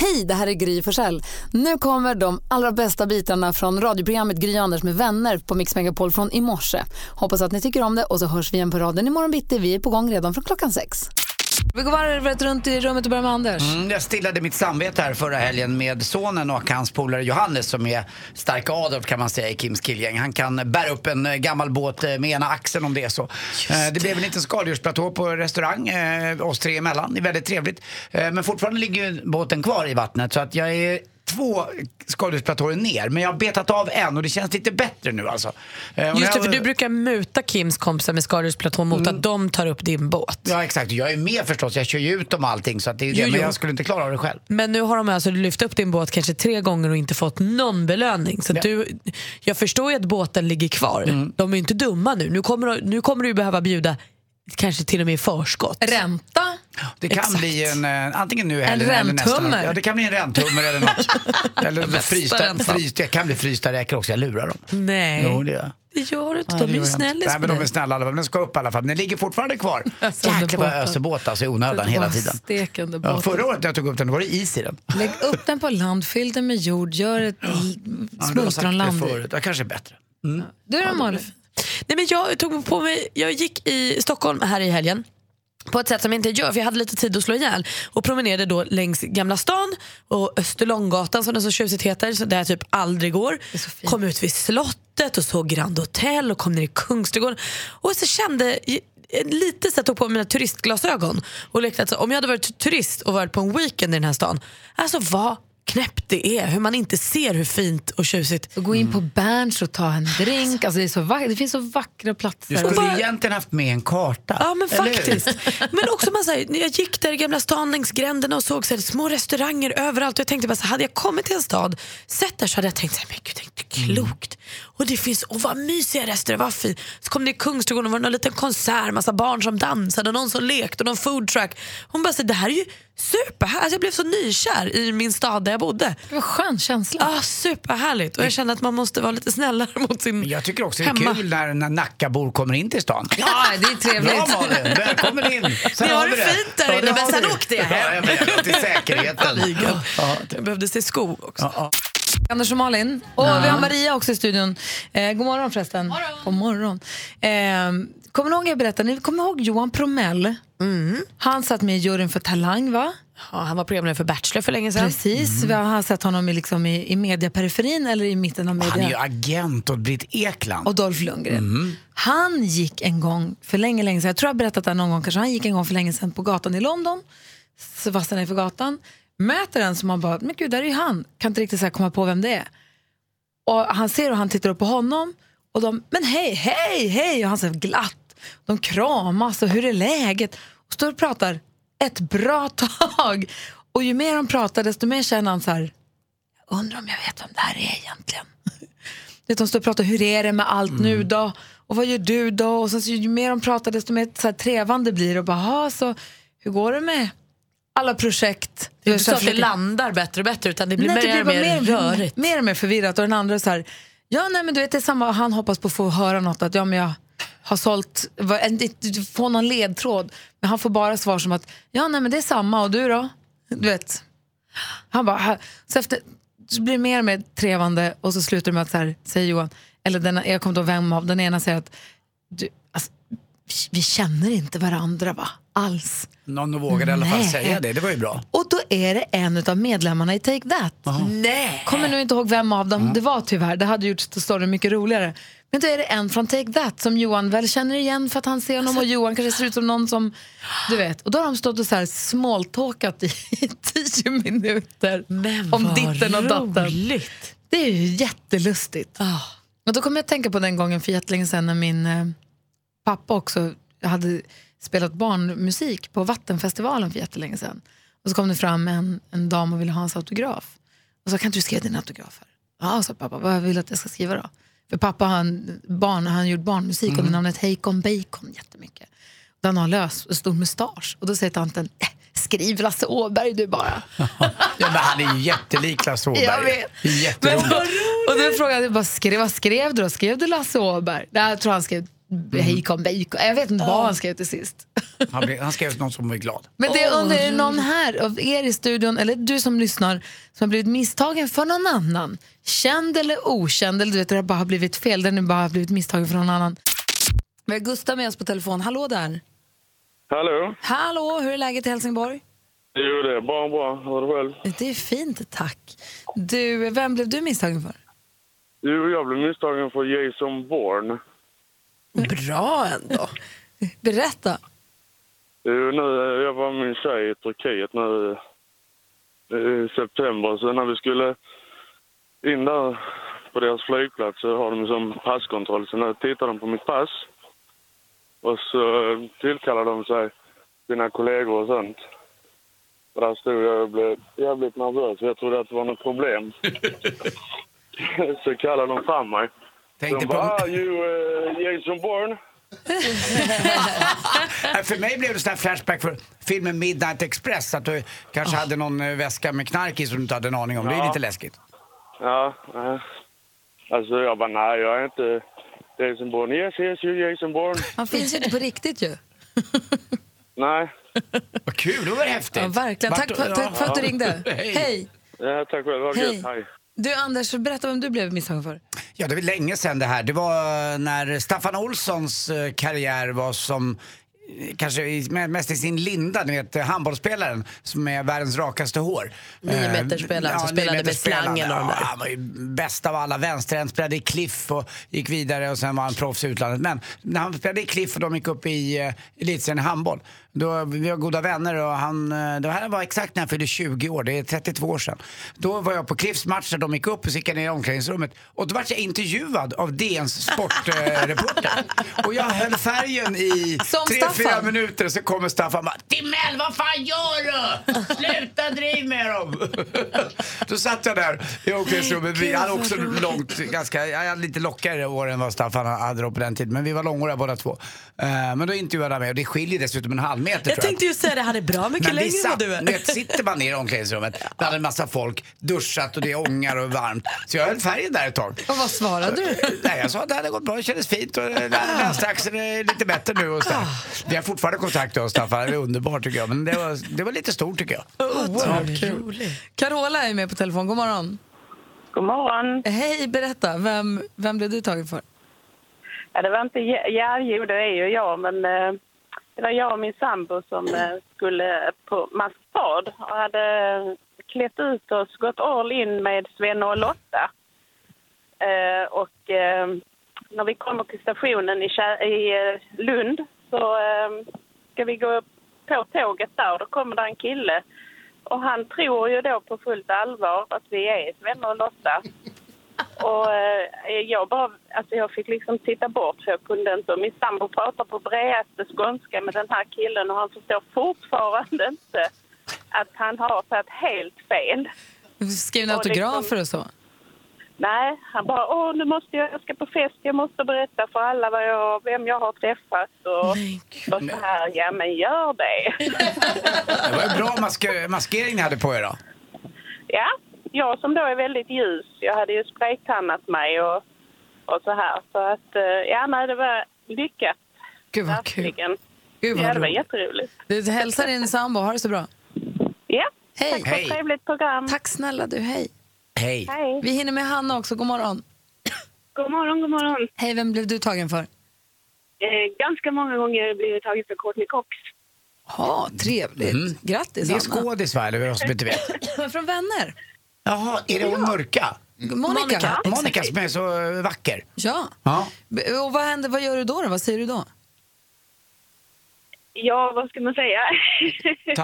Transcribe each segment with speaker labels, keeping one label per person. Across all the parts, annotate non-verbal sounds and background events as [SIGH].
Speaker 1: Hej, det här är Gry Forssell. Nu kommer de allra bästa bitarna från radioprogrammet Gry Anders med vänner på Mix Megapol från i morse. Hoppas att ni tycker om det och så hörs vi igen på raden imorgon bitti. Vi är på gång redan från klockan sex. Vi går varvet runt i rummet och börjar med Anders.
Speaker 2: Mm, jag stillade mitt samvete här förra helgen med sonen och hans polare Johannes som är starka Adolf kan man säga i Kims killgäng. Han kan bära upp en eh, gammal båt eh, med ena axeln om det är så. Eh, Det blev en liten skaldjursplatå på restaurang eh, oss tre emellan. Det är väldigt trevligt. Eh, Men fortfarande ligger ju båten kvar i vattnet så att jag är två skaldjursplatåer ner. Men jag har betat av en och det känns lite bättre nu alltså. Eh, och
Speaker 3: Just det,
Speaker 2: jag- Mm.
Speaker 3: för du brukar muta Kims kompisar med Skadedjursplatån mot att de tar upp din båt.
Speaker 2: Ja exakt, jag är med förstås. Jag kör ju ut dem och allting så att det är det.
Speaker 3: Jo,
Speaker 2: Men
Speaker 3: jo.
Speaker 2: jag skulle inte klara av det själv.
Speaker 3: Men nu har de alltså lyft upp din båt kanske tre gånger och inte fått någon belöning. Så att du, jag förstår ju att båten ligger kvar.
Speaker 2: Mm.
Speaker 3: De är ju inte dumma nu. Nu kommer, du- nu kommer du ju behöva bjuda kanske till och med i förskott.
Speaker 1: Ränta?
Speaker 2: Det kan
Speaker 3: Exakt.
Speaker 2: bli en, eh, antingen nu eller, eller nästa
Speaker 3: ränthummer.
Speaker 2: Ja, det kan bli en ränthummer eller något.
Speaker 3: [LAUGHS]
Speaker 2: eller
Speaker 3: bästa
Speaker 2: frysta,
Speaker 3: räntan.
Speaker 2: frysta, jag kan bli frysta räkor också, jag lurar dem.
Speaker 3: Nej,
Speaker 2: Jo, det gör jag.
Speaker 3: det gör du inte.
Speaker 2: Nej,
Speaker 3: De
Speaker 2: det
Speaker 3: är ju
Speaker 2: gör jag inte.
Speaker 3: snälla
Speaker 2: Nej, men de är snälla i alla fall. Men den ska upp i alla fall. Men den ligger
Speaker 3: [LAUGHS]
Speaker 2: fortfarande kvar.
Speaker 3: Ösande
Speaker 2: Jäklar vad jag
Speaker 3: båtar.
Speaker 2: öser båt alltså i onödan hela tiden.
Speaker 1: Stekande
Speaker 2: Ja,
Speaker 1: båt.
Speaker 2: förra året när jag tog upp den, då var det is i den.
Speaker 1: Lägg upp den på land, fyll den med jord, gör ett l-
Speaker 2: Ja, du har sagt
Speaker 1: smultronland.
Speaker 2: det förut. Ja, kanske är bättre.
Speaker 1: Du då Malin?
Speaker 3: Nej, men jag tog på mig, jag gick i Stockholm här i helgen på ett sätt som jag inte gör för jag hade lite tid att slå ihjäl och promenerade då längs Gamla stan och Österlånggatan som den så tjusigt heter, så där jag typ aldrig går.
Speaker 1: är så fint.
Speaker 3: Kom ut vid slottet och såg Grand Hotel och kom ner i Kungsträdgården och så kände lite så jag tog på mig mina turistglasögon och lekte att så, om jag hade varit turist och varit på en weekend i den här stan, alltså vad knäppt det är, hur man inte ser hur fint och tjusigt
Speaker 1: Så gå in på Berns och ta en drink. Alltså det, är så vack- det finns så vackra platser.
Speaker 2: Du skulle
Speaker 3: bara-
Speaker 2: egentligen haft med en karta.
Speaker 3: Ja men
Speaker 2: eller hur?
Speaker 3: faktiskt. Men också man, så här, när jag gick där i Gamla stan längs gränderna och såg så här, små restauranger överallt och jag tänkte bara så här, hade jag kommit till en stad, sett där så hade jag tänkt så här, men gud det är inte
Speaker 2: Mm.
Speaker 3: klokt. Och det finns, och vad mysiga restauranger, vad fint. Så kom det i Kungsträdgården och var det någon liten konsert, massa barn som dansade och någon som lekte och någon food truck. Hon bara, så här, det här är ju super, alltså, jag blev så nykär i min stad där jag bodde.
Speaker 1: Det var en skön känsla.
Speaker 3: Ah, superhärligt och jag kände att man måste vara lite snällare mot sin
Speaker 2: Jag tycker också det är
Speaker 3: hemma.
Speaker 2: kul när, när Nackabor kommer in
Speaker 3: [LAUGHS]
Speaker 2: till stan.
Speaker 1: Ja, det är
Speaker 2: Bra
Speaker 1: trevligt.
Speaker 2: Malin, välkommen in. Sen
Speaker 3: Ni har
Speaker 2: vi
Speaker 3: det fint där inne,
Speaker 2: det
Speaker 3: men
Speaker 2: har
Speaker 3: sen
Speaker 2: vi.
Speaker 3: åkte jag hem.
Speaker 2: Ja, jag menar, till säkerheten.
Speaker 3: Ligan.
Speaker 2: Ja,
Speaker 3: Jag behövde se sko också.
Speaker 1: Anders och Malin. Och vi har Maria också i studion. Eh, god morgon förresten. God morgon. Eh, kommer ni ihåg jag berättade? Ni kommer ihåg Johan Promell? Han satt med i juryn för Talang va?
Speaker 3: Mm. Ja, han var programledare för Bachelor för länge sedan. Mm.
Speaker 1: Precis. Vi har sett honom i, liksom, i, i mediaperiferin eller i mitten av
Speaker 2: Han är ju
Speaker 1: media.
Speaker 2: agent åt Britt Ekland. Mm.
Speaker 1: Och Dolph Lundgren. Han gick en gång för länge, länge sedan. Jag tror jag har berättat det här någon gång kanske. Han gick en gång för länge sedan på gatan i London. Så fastnade jag för gatan. Möter en som han bara, men gud där är ju han. Kan inte riktigt så här komma på vem det är. Och han ser och han tittar upp på honom. Och de, men hej, hej, hej. Och han säger glatt. De kramas och hur är läget? Och står och pratar ett bra [LAUGHS] tag. Och ju mer de pratar desto mer känner han så här, jag undrar om jag vet vem det här är egentligen. Du vet, De står och pratar, hur är det med allt nu då? Och vad gör du då? Och sen så, ju mer de pratar desto mer så här, trevande blir det. Och bara, "Ha, så hur går det med alla projekt?
Speaker 3: Det är inte så att det
Speaker 1: Försöker-
Speaker 3: landar bättre och bättre utan det blir
Speaker 1: Nej,
Speaker 3: mer
Speaker 1: det
Speaker 3: och
Speaker 1: blir bara
Speaker 3: mer rörigt.
Speaker 1: Mer och mer förvirrat. Och den andra är så här, ja nej men du vet det är samma, han hoppas på att få höra något att ja men jag har sålt, vad- en- ett- få någon ledtråd. Men han får bara svar som att, ja nej men det är samma och du då? Du vet. Han bara, "Ha." så efter, så blir det mer och mer trevande och så slutar det med att så här, säger Johan, eller den, jag kommer då vem av, den ena säger att, du, alltså, vi- vi känner inte varandra va? Alls.
Speaker 2: Någon vågade i alla fall
Speaker 1: Nej.
Speaker 2: säga det, det var ju bra.
Speaker 1: Och då är det en av medlemmarna i Take That.
Speaker 3: Nej!
Speaker 1: Kommer nu inte ihåg vem av dem det var tyvärr. Det hade gjort storyn mycket roligare. Men då är det en från Take That som Johan väl känner igen för att han ser honom och Johan kanske ser ut som någon som, du vet. Och då har de stått och så här smalltalkat i [LAUGHS] tio minuter
Speaker 3: Men
Speaker 1: om
Speaker 3: vad
Speaker 1: ditten och datten.
Speaker 3: roligt.
Speaker 1: Det är ju jättelustigt.
Speaker 3: Ah.
Speaker 1: Och då kommer jag att tänka på den gången för jättelänge sedan när min eh, pappa också hade spelat barnmusik på Vattenfestivalen för jättelänge sedan. Och så kom det fram en, en dam och ville ha hans autograf. Och sa, kan inte du skriva din autograf här? Ja, sa pappa, vad vill du att jag ska skriva Mm. då? För pappa han, barn, han gjorde barnmusik under namnet Hejkon Bacon jättemycket. där han har lös och stor mustasch. Och då säger tanten, "Eh, skriv Lasse Åberg du bara.
Speaker 2: Ja, men han är ju jättelik Lasse Åberg.
Speaker 1: Jag vet.
Speaker 2: Jätterolig.
Speaker 1: och då frågade jag, bara, skrev, vad skrev du då? Skrev du Lasse Åberg? Nej, jag tror han skrev Bacon, bacon. Jag vet inte vad han skrev till sist.
Speaker 2: Han, blev, han skrev något som var glad.
Speaker 1: Men det undrar, är det någon här av er i studion, eller du som lyssnar, som har blivit misstagen för någon annan? Känd eller okänd, eller du vet, det har bara blivit fel, den är bara blivit misstagen för någon annan. Vi har Gustav med oss på telefon. Hallå där!
Speaker 4: Hallå?
Speaker 1: Hallå, hur är läget i Helsingborg?
Speaker 4: Jo, det är bra, bra. Hur är det själv?
Speaker 1: Det är fint, tack. Du, vem blev du misstagen för?
Speaker 4: Jo, jag blev misstagen för Jason Bourne.
Speaker 3: Bra ändå.
Speaker 1: Berätta.
Speaker 4: Jo, nu, eh, jag var med min tjej i Turkiet nu eh, i september. Så när vi skulle in där på deras flygplats så har de som passkontroll. Så nu tittar de på mitt pass. Och så eh, tillkallar de sig sina kollegor och sånt. Och där stod jag och blev jävligt nervös. Jag trodde att det var något problem. [LAUGHS] så kallade de fram mig.
Speaker 2: Tänkte
Speaker 4: de
Speaker 2: på,
Speaker 4: bara, ah, you eh, Jason Bourne?
Speaker 2: [LAUGHS] Nej, för mig blev det sån här flashback för filmen Midnight Express. Att du kanske
Speaker 1: Ah.
Speaker 2: hade någon eh, väska med knark i som du inte hade en aning om. Det är
Speaker 4: Ja.
Speaker 2: lite läskigt.
Speaker 4: Ja. eh. Alltså jag bara, nej jag är inte Jason Bourne. Yes, yes, you Jason Bourne.
Speaker 1: Han finns ju inte [LAUGHS] på riktigt ju.
Speaker 2: [LAUGHS]
Speaker 4: nej,
Speaker 2: Vad kul, det var häftigt.
Speaker 1: Ja, verkligen. Tack,
Speaker 2: Vart-
Speaker 1: för- tack för att du
Speaker 4: Ja.
Speaker 1: ringde.
Speaker 2: Hej.
Speaker 1: Hej!
Speaker 4: ja, tack själv. Ha det
Speaker 1: Hej.
Speaker 4: gött. Hej.
Speaker 1: Du Anders, berätta vem du blev misstagen för.
Speaker 2: Ja, det var länge sedan det här. Det var eh, när Staffan Olssons eh, karriär var som eh, Kanske i- me- mest i sin linda, ni vet eh, handbollsspelaren som är världens rakaste hår.
Speaker 3: Niometersspelaren
Speaker 2: Eh,
Speaker 3: som spelade med
Speaker 2: niometersspelaren.
Speaker 3: slangen och de
Speaker 2: ja,
Speaker 3: där.
Speaker 2: Han var ju bäst av alla. Vänsterhänt, spelade i Cliff och gick vidare och sen var han proffs i utlandet. Men när han spelade i Cliff och de gick upp i eh, elitserien i handboll, då, vi var goda vänner och han, eh, det här var exakt när han fyllde 20 år, det är 32 år sedan. Då var jag på Cliffs match när de gick upp och så gick jag ner i omklädningsrummet och då vart jag intervjuad av DNs sportreporter.
Speaker 1: [LAUGHS]
Speaker 2: och jag höll färgen i
Speaker 1: Som
Speaker 2: tre, fyra
Speaker 1: Staffan.
Speaker 2: minuter så kommer Staffan bara Timell, vad fan gör du? Sluta driv med dem! Då satt jag där i omklädningsrummet. Vi hade också långt, ganska, jag hade lite lockigare år än vad Staffan hade då på den tiden. Men vi var långhåriga båda två. Eh, Men då intervjuade han mig och det skiljer dessutom en halv meter tror
Speaker 3: Jag tänkte ju säga det, han är bra mycket
Speaker 2: men
Speaker 3: längre än
Speaker 2: vissa,
Speaker 3: vad du
Speaker 2: du vet,
Speaker 3: är.
Speaker 2: sitter man ner
Speaker 3: [LAUGHS]
Speaker 2: i omklädningsrummet, där hade en massa folk duschat och det är ångar och varmt. Så jag höll färgen där ett tag.
Speaker 1: Och vad svarade du?
Speaker 2: [LAUGHS] Nej, jag sa att det hade gått bra, det kändes fint och eh, vänsteraxeln är lite bättre nu och så där.
Speaker 3: Ah.
Speaker 2: Vi har fortfarande kontakt då, Staffan, det är underbart tycker jag. Men det var, det var lite stort tycker jag.
Speaker 3: Oerhört roligt.
Speaker 1: Carola är med på telefon, god morgon.
Speaker 5: God morgon.
Speaker 1: Hej, berätta. Vem, vem blev du tagen för?
Speaker 5: Ja, det var inte jag, ja, jo det är ju jag, men eh, det var jag och min sambo som eh, skulle på maskerad och hade klätt ut oss, gått all in med Svenne och Lotta. Eh, och eh, när vi kommer till stationen i, Kä- i eh, Lund så eh, ska vi gå på tåget där och då kommer där en kille. Och han tror ju då på fullt allvar att vi är Svenne och Lotta. Och eh, jag, bara, alltså jag fick liksom titta bort för jag kunde inte. Och Min sambo pratar på bredaste skånska med den här killen och han förstår fortfarande inte att han har tagit helt fel.
Speaker 1: Skrev ni
Speaker 5: Ja,
Speaker 1: autografer
Speaker 5: liksom.
Speaker 1: och så?
Speaker 5: Nej, han bara åh nu måste jag, jag ska på fest, jag måste berätta för alla vad jag, vem jag har träffat och, och så här. Ja men gör det.
Speaker 2: Det var en bra maske- maskering ni hade på er då.
Speaker 5: ja, jag som då är väldigt ljus, jag hade ju spraytannat mig och, och så här. Så att eh, ja nej det var lyckat.
Speaker 1: Gud vad kul.
Speaker 5: Verkligen.
Speaker 1: Gud
Speaker 5: Ja,
Speaker 1: vad
Speaker 5: det var
Speaker 1: roligt.
Speaker 5: jätteroligt.
Speaker 1: Du hälsar din sambo, ha det så bra.
Speaker 5: Ja,
Speaker 1: Hej.
Speaker 5: tack för ett trevligt program.
Speaker 1: Tack snälla du, hej.
Speaker 2: Hej.
Speaker 5: Hej.
Speaker 1: Vi hinner med Hanna också, god morgon.
Speaker 5: God morgon, god morgon.
Speaker 1: Hej, vem blev du tagen för?
Speaker 5: Eh, ganska många gånger har jag blivit tagen för Courtney Cox.
Speaker 1: Ja, trevligt. Grattis
Speaker 2: Mhm. Det är
Speaker 1: Hanna.
Speaker 2: skådis va, eller vad som inte vet?
Speaker 1: [CLEARS THROAT] Från vänner.
Speaker 2: Jaha, är det hon mörka?
Speaker 1: Monica. Monica.
Speaker 2: Monica som är så eh, vacker.
Speaker 1: Ja.
Speaker 2: Ja.
Speaker 1: B- Och vad händer, vad gör du då, då? Vad säger du då?
Speaker 5: Ja, vad ska man säga?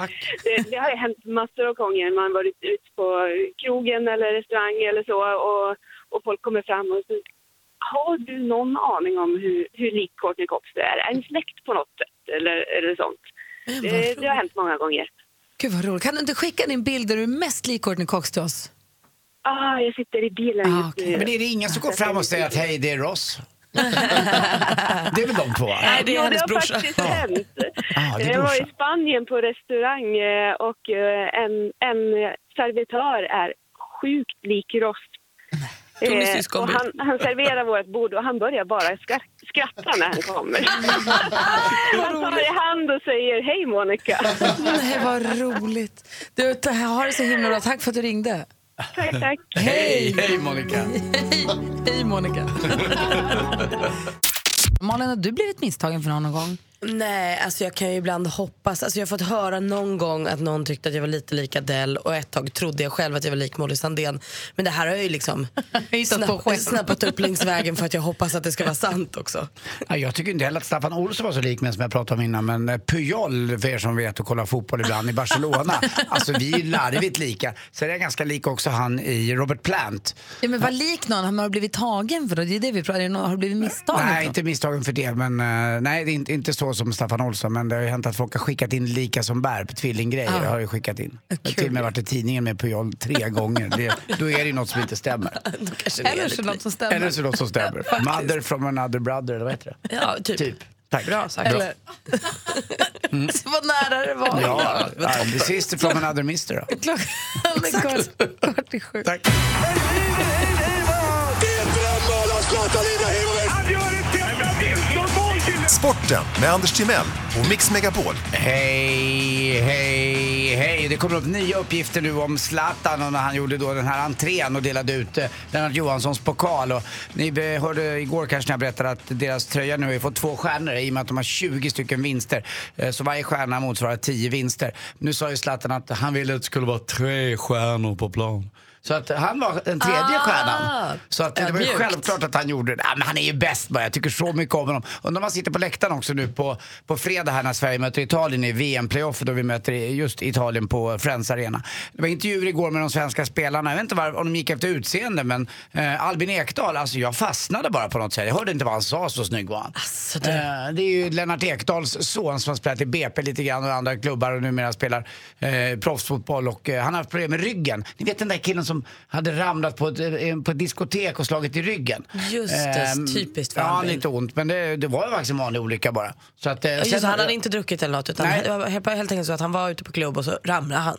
Speaker 2: Tack.
Speaker 5: [LAUGHS] det, det har ju hänt massor av gånger. Man har varit ute på krogen eller restaurang eller så och, och folk kommer fram och säger Har du någon aning om hur, hur lik Courtney Cox du är? Är ni släkt på något sätt eller, eller sånt? Det, det har hänt många gånger.
Speaker 1: Gud vad roligt. Kan du inte skicka din bild där du är mest lik Courtney Cox till oss?
Speaker 5: Ah, jag sitter i bilen
Speaker 1: Ah,
Speaker 5: just
Speaker 1: okej.
Speaker 5: nu.
Speaker 2: Men är det ingen som går fram och säger att hej, det är Ross? Det är väl de två?
Speaker 3: Nej, det är
Speaker 6: jo,
Speaker 3: hennes
Speaker 6: det har
Speaker 3: brorsa.
Speaker 6: faktiskt
Speaker 2: Ja.
Speaker 6: hänt.
Speaker 2: Ah, det är
Speaker 6: jag var
Speaker 2: brorsan.
Speaker 6: i Spanien på restaurang eh, och eh, en, en servitör är sjukt lik Ross.
Speaker 3: De är
Speaker 6: Eh, och
Speaker 3: syskonbild.
Speaker 6: han, han serverar vårt bord och han börjar bara skra skratta när han kommer. [LAUGHS] han tar i hand och säger hej Monica.
Speaker 1: [LAUGHS] Nej, vad roligt. Du, ta- ha det så himla bra. Tack för att du ringde.
Speaker 6: tack, tack.
Speaker 2: Hej, hej Monica.
Speaker 1: Hej, hej Monica. Malin, har du blivit misstagen för någon gång?
Speaker 3: Nej, alltså jag kan ju ibland hoppas. Alltså jag har fått höra någon gång att någon tyckte att jag var lite lik Adele och ett tag trodde jag själv att jag var lik Molly Sandén. Men det här har jag
Speaker 1: [LAUGHS]
Speaker 3: ju liksom
Speaker 1: Hittat på själv.
Speaker 3: snappat upp längs vägen för att jag hoppas att det ska vara sant också.
Speaker 2: Ja, jag tycker inte heller att Staffan Olsson var så lik mig som jag pratade om innan. Men eh, Puyol, för er som vet och kollar fotboll ibland, i Barcelona. Alltså vi är ju larvigt lika. Sen är jag ganska lik också han i Robert Plant.
Speaker 1: Ja, men var lik någon. Har man blivit tagen för det? Det är det vi pratar om. Har du blivit misstagen? för
Speaker 2: Nej,
Speaker 1: något?
Speaker 2: inte misstagen för det. Men, eh, nej, det är inte, inte så som Staffan Olsson. Men det har ju hänt att folk har skickat in lika som bär på tvillinggrejer.
Speaker 1: Ah.
Speaker 2: Har ju skickat in. Jag har
Speaker 1: Kul.
Speaker 2: till och med varit i tidningen med Puyol tre gånger. Det, då är det ju något som inte stämmer.
Speaker 3: Då kanske det
Speaker 1: Eller
Speaker 3: är
Speaker 1: så
Speaker 3: lite
Speaker 1: något som stämmer.
Speaker 2: Eller så något som stämmer. Mother from another brother, eller vad heter det?
Speaker 3: lik. Ja, typ.
Speaker 2: Typ. Tack. Bra sagt. Mm.
Speaker 1: Eller... Så [LAUGHS] vad nära det var.
Speaker 2: Ja, ja, the sister from another mister då.
Speaker 1: Klockan är kvart, kvart i sju.
Speaker 2: Tack.
Speaker 7: Sporten med Anders Timell och Mix Megapol.
Speaker 2: Hej, hej, hej. Det kommer upp nya uppgifter nu om Zlatan och när han gjorde då den här entrén och delade ut eh, Lennart Johanssons pokal. Och ni be- hörde igår kanske när jag berättade att deras tröja nu har ju fått två stjärnor i och med att de har 20 stycken vinster. Eh, Så varje stjärna motsvarar 10 vinster. Nu sa ju Zlatan att han ville att det skulle vara tre stjärnor på plan. Så att han var den tredje stjärnan. Så att det var ju
Speaker 3: Ah! ödmjukt.
Speaker 2: själv klart att han gjorde det. Ja, men han är ju bäst bara. Jag tycker så mycket om honom. Undrar om han sitter på läktaren också nu på, på fredag här när Sverige möter Italien i VM-playoffet och vi möter just Italien på Friends Arena. Det var intervjuer igår med de svenska spelarna. Jag vet inte var, om de gick efter utseende men eh, Albin Ekdal, alltså jag fastnade bara på något sätt. Jag hörde inte vad han sa, så snygg var han.
Speaker 3: Alltså, du.
Speaker 2: Eh, det är ju Lennart Ekdals son som har spelat i BP lite grann och andra klubbar och numera spelar eh, proffsfotboll och eh, han har haft problem med ryggen. Ni vet den där killen som hade ramlat på ett, eh, på ett diskotek och slagit i ryggen. Ehm,
Speaker 3: Just det, typiskt för
Speaker 2: Ja, han
Speaker 3: Albin.
Speaker 2: lite ont men det, det var ju faktiskt en vanlig olycka bara. Så att, eh,
Speaker 3: Ja, Just,
Speaker 2: sen-
Speaker 3: det, han hade inte druckit eller något utan
Speaker 2: Nej.
Speaker 3: det var helt helt enkelt så att han var ute på klubb och så ramlade han.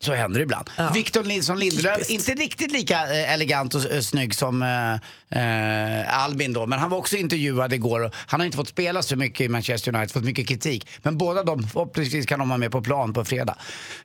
Speaker 2: Så händer det ibland.
Speaker 3: Ja.
Speaker 2: Victor Nilsson Lindelöf,
Speaker 3: Typiskt.
Speaker 2: inte riktigt lika eh, elegant och eh, snygg som eh, eh, Albin då, men han var också intervjuad igår och han har inte fått spela så mycket i Manchester United, fått mycket kritik. Men båda de, förhoppningsvis kan de vara med på plan på fredag.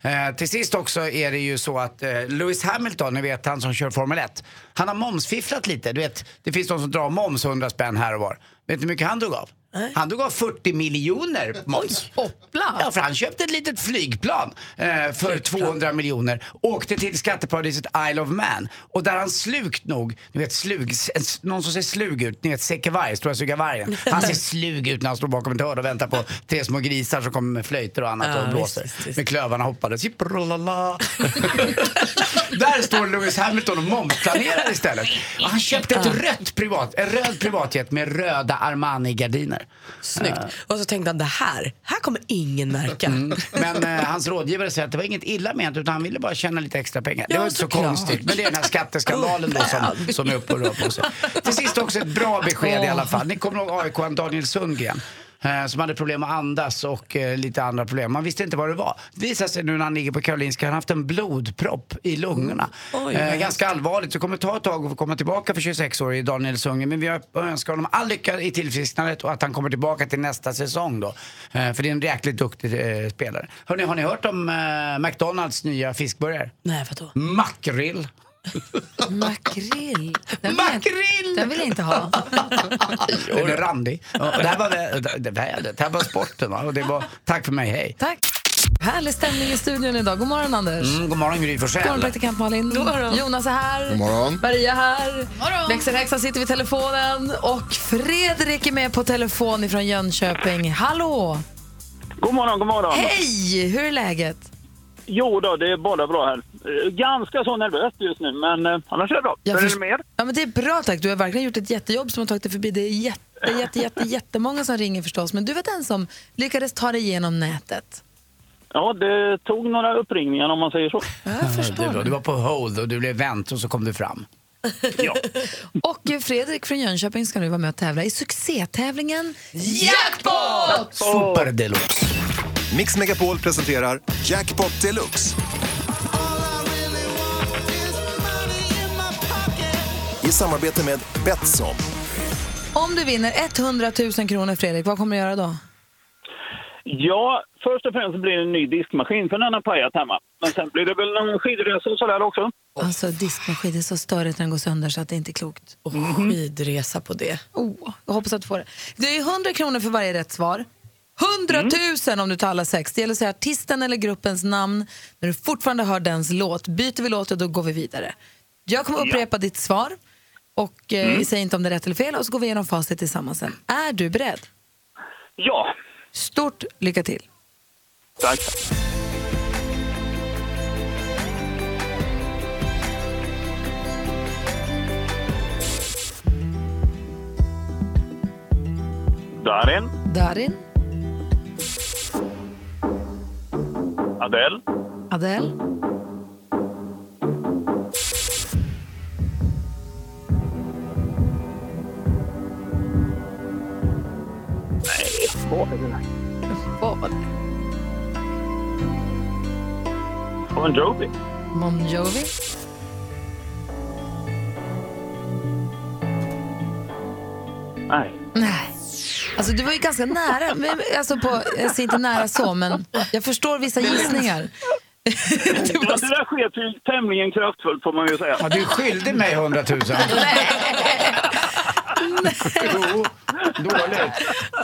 Speaker 2: Eh, till sist också är det ju så att eh, Lewis Hamilton, ni vet han som kör Formel 1, han har momsfifflat lite. Du vet, det finns de som drar moms 100 spänn här och var. Vet ni hur mycket han drog av? Han drog av 40 miljoner moms.
Speaker 1: Hoppla!
Speaker 2: Ja, för han köpte ett litet flygplan eh, för 200 miljoner. Åkte till skatteparadiset Isle of Man. Och där han slugt nog, ni vet slug, s- s- någon som ser slug ut, ni vet Säcke Varg, Stora Suga Vargen. Han ser slug ut när han står bakom ett hörn och väntar på tre små grisar som kommer med flöjter och annat
Speaker 3: Ja,
Speaker 2: och blåser.
Speaker 3: visst, visst, visst.
Speaker 2: Med klövarna hoppades. Jipprolala. [LAUGHS] där står Lewis Hamilton och momsplanerar istället. Och han köpte ett rött privat, en röd privatjet med röda Eh, Armani-gardiner.
Speaker 3: Snyggt. Och så tänkte han det här, här kommer ingen märka.
Speaker 2: Men eh, hans rådgivare säger att det var inget illa menat utan han ville bara tjäna lite extra pengar. det
Speaker 3: Ja,
Speaker 2: var inte så
Speaker 3: såklart.
Speaker 2: konstigt. Men det är den här skatteskandalen då som, som är uppe och rör
Speaker 3: [LAUGHS]
Speaker 2: på sig. Till sist också ett bra besked i alla fall. Ni kommer ihåg AIK, Daniel Sundgren. eh, Som hade problem att andas och eh, lite andra problem. Man visste inte vad det var. Det visar sig nu när han ligger på Karolinska, han har haft en blodpropp i lungorna.
Speaker 3: Oj,
Speaker 2: Eh,
Speaker 3: vad
Speaker 2: ganska allvarligt, så det kommer ta ett tag att få komma tillbaka för 26 år i Daniel Sundgren. Men vi ö- önskar honom all lycka i tillfrisknandet och att han kommer tillbaka till nästa säsong då. Eh, För det är en jäkligt duktig eh, spelare. Hörrni, har ni hört om eh, McDonalds nya fiskburgare?
Speaker 3: Nej vadå?
Speaker 2: Makrill.
Speaker 1: Makrill. Den vill jag-
Speaker 2: Makrill!
Speaker 1: Den vill jag inte ha.
Speaker 2: Den är randig. Ja, och Det här var, det, det här, det här var sporten va? Och det var, tack för mig, hej.
Speaker 1: Tack. Härlig stämning i studion idag. God morgon, Anders.
Speaker 2: Mm, god morgon Gry
Speaker 1: God morgon,
Speaker 2: Forssell.
Speaker 1: praktikant Malin. Jonas är här. God
Speaker 8: morgon.
Speaker 1: Maria är här. Växelhäxan sitter vid telefonen. Och Fredrik är med på telefon ifrån Jönköping. Hallå!
Speaker 4: God morgon, god morgon.
Speaker 1: Hej! Hur är läget?
Speaker 4: Jo då, det är bara bra här. Eh, Ganska så nervöst just nu, men eh, annars är det bra.
Speaker 1: Jag
Speaker 4: Hur är
Speaker 1: förs-
Speaker 4: det med er?
Speaker 1: Ja, men det är bra tack. Du har verkligen gjort ett jättejobb som har tagit dig förbi. Det är jätte, jätte,
Speaker 2: [LAUGHS]
Speaker 1: jätte, jättemånga som ringer förstås. Men du var den som lyckades ta dig igenom nätet.
Speaker 4: Ja, det tog några uppringningar om man säger så.
Speaker 1: Ja, jag
Speaker 2: Det är bra.
Speaker 1: förstår.
Speaker 2: Du var på hold och du blev vänt och så kom du fram.
Speaker 1: Och eh, Fredrik från Jönköping ska nu vara med och tävla i succétävlingen Jackpot!
Speaker 2: Super deluxe.
Speaker 7: Mix Megapol presenterar Jackpot Deluxe. I samarbete med Betsson.
Speaker 1: Om du vinner 100 000 kronor, Fredrik, vad kommer du göra då?
Speaker 9: Ja, först och främst blir det en ny diskmaskin för den har pajat hemma. Men sen blir det väl någon skidresa och sådär också.
Speaker 1: Alltså, diskmaskin är så störigt när den går sönder så att det inte är klokt.
Speaker 2: Mm.
Speaker 3: Mhm. Skidresa på det.
Speaker 1: Oh, jag hoppas att du får det. Det är 100 kronor för varje rätt svar. 100 000 om du tar alla sex. Det gäller att säga artisten eller gruppens namn när du fortfarande hör dens låt. Byter vi låt och då går vi vidare. Jag kommer upprepa ditt svar och eh, vi säger inte om det är rätt eller fel och så går vi igenom facit tillsammans sen. Är du beredd?
Speaker 9: Ja,
Speaker 1: Stort lycka till!
Speaker 9: tack. Darin,
Speaker 1: Darin,
Speaker 9: Adele,
Speaker 1: Adele, Bob,
Speaker 9: Bon Jovi,
Speaker 1: Mon Jovi,
Speaker 9: nej,
Speaker 1: Nej. Alltså du var ju ganska nära, men, alltså på, jag säger inte nära så, men jag förstår vissa gissningar. Det
Speaker 9: Ja,
Speaker 1: var
Speaker 9: det där sket ju tämligen kraftfullt får man ju säga.
Speaker 2: Ja, du är skyldig mig 100 000. Jo, dåligt.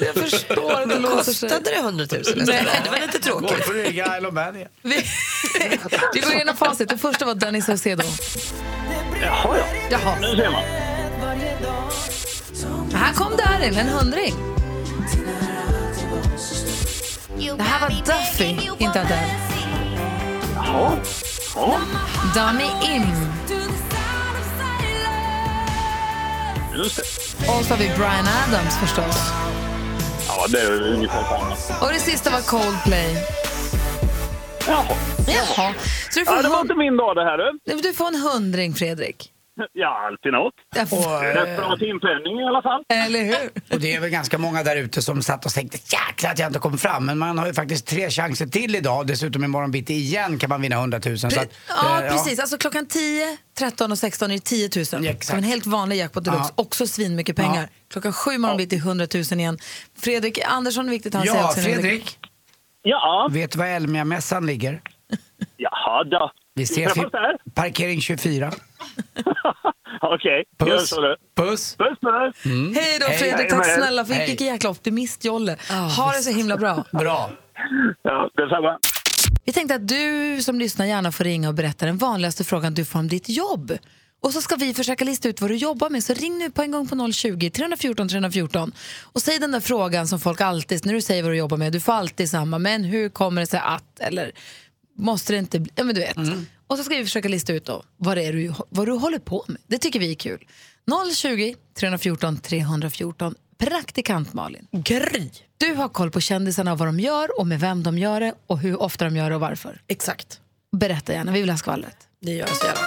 Speaker 1: Jag förstår att det låter så.
Speaker 3: Kostade det 100 000?
Speaker 1: Nej.
Speaker 3: Det var lite tråkigt.
Speaker 2: Går för Isle of Man.
Speaker 1: Vi, vi går igenom facit. Det första var Danny Saucedo.
Speaker 9: Jaha, ja.
Speaker 1: Jaha.
Speaker 9: Nu ser man.
Speaker 1: Här kom Darin, en hundring. Det här var Duffy, inte Adele.
Speaker 9: Jaha. Ja,
Speaker 1: Dummy Im.
Speaker 9: just det.
Speaker 1: Och så har vi Brian Adams förstås.
Speaker 9: Ja, det är väl ungefär samma.
Speaker 1: Och det sista var Coldplay.
Speaker 9: Jaha.
Speaker 1: Jaha. Så du
Speaker 9: Ja,
Speaker 1: får,
Speaker 9: det var
Speaker 1: hund,
Speaker 9: inte min dag det här du.
Speaker 1: du får en hundring, Fredrik.
Speaker 9: Ja, alltid något. eh,
Speaker 1: Jag får-
Speaker 9: Rätt bra timpenning i alla fall.
Speaker 1: eh, Eller hur?
Speaker 2: Och det är väl ganska många där ute som satt och tänkte jäklar att jag inte kom fram. Men man har ju faktiskt tre chanser till idag. Dessutom imorgon bitti igen kan man vinna 100 000. Så att, eh,
Speaker 1: Ja, precis. Alltså klockan 10, 13 och 16 är det 10 000.
Speaker 2: Ja, exakt.
Speaker 1: Som en helt vanlig jackpot deluxe.
Speaker 2: Ja.
Speaker 1: Också svin mycket pengar.
Speaker 2: Ja.
Speaker 1: Klockan 7 imorgon blir det 100 000 igen. Fredrik Andersson, viktigt han säger
Speaker 2: Ja,
Speaker 1: också.
Speaker 2: Fredrik.
Speaker 9: Ja,
Speaker 2: Vet du var Elmia-mässan ligger?
Speaker 9: jaha då.
Speaker 2: Vi ses
Speaker 9: träffas
Speaker 2: vid
Speaker 9: där.
Speaker 2: parkering 24.
Speaker 9: Okej, gör
Speaker 2: Puss.
Speaker 9: så du.
Speaker 2: Puss.
Speaker 9: Puss på dig.
Speaker 1: Hej då
Speaker 2: Hej,
Speaker 1: Fredrik,
Speaker 9: hej,
Speaker 1: tack
Speaker 9: hej.
Speaker 1: snälla för
Speaker 2: Hej.
Speaker 1: vilken jäkla optimist-jolle. ha det så himla bra.
Speaker 2: Bra.
Speaker 9: Ja, detsamma.
Speaker 1: Vi tänkte att du som lyssnar gärna får ringa och berätta den vanligaste frågan du får om ditt jobb. Och så ska vi försöka lista ut vad du jobbar med. Så ring nu på en gång på 020-314 314 och säg den där frågan som folk alltid, när du säger vad du jobbar med, du får alltid samma, men hur kommer det sig att, eller måste det inte bli, ja men du vet.
Speaker 3: Mm.
Speaker 1: Och så ska vi försöka lista ut då, vad det är du, vad du håller på med. Det tycker vi är kul. 020-314 314. Praktikant Malin.
Speaker 3: Gry.
Speaker 1: Du har koll på kändisarna och vad de gör och med vem de gör det och hur ofta de gör det och varför.
Speaker 3: Exakt.
Speaker 1: Berätta gärna, vi vill ha skvallret.
Speaker 3: Det gör jag så gärna.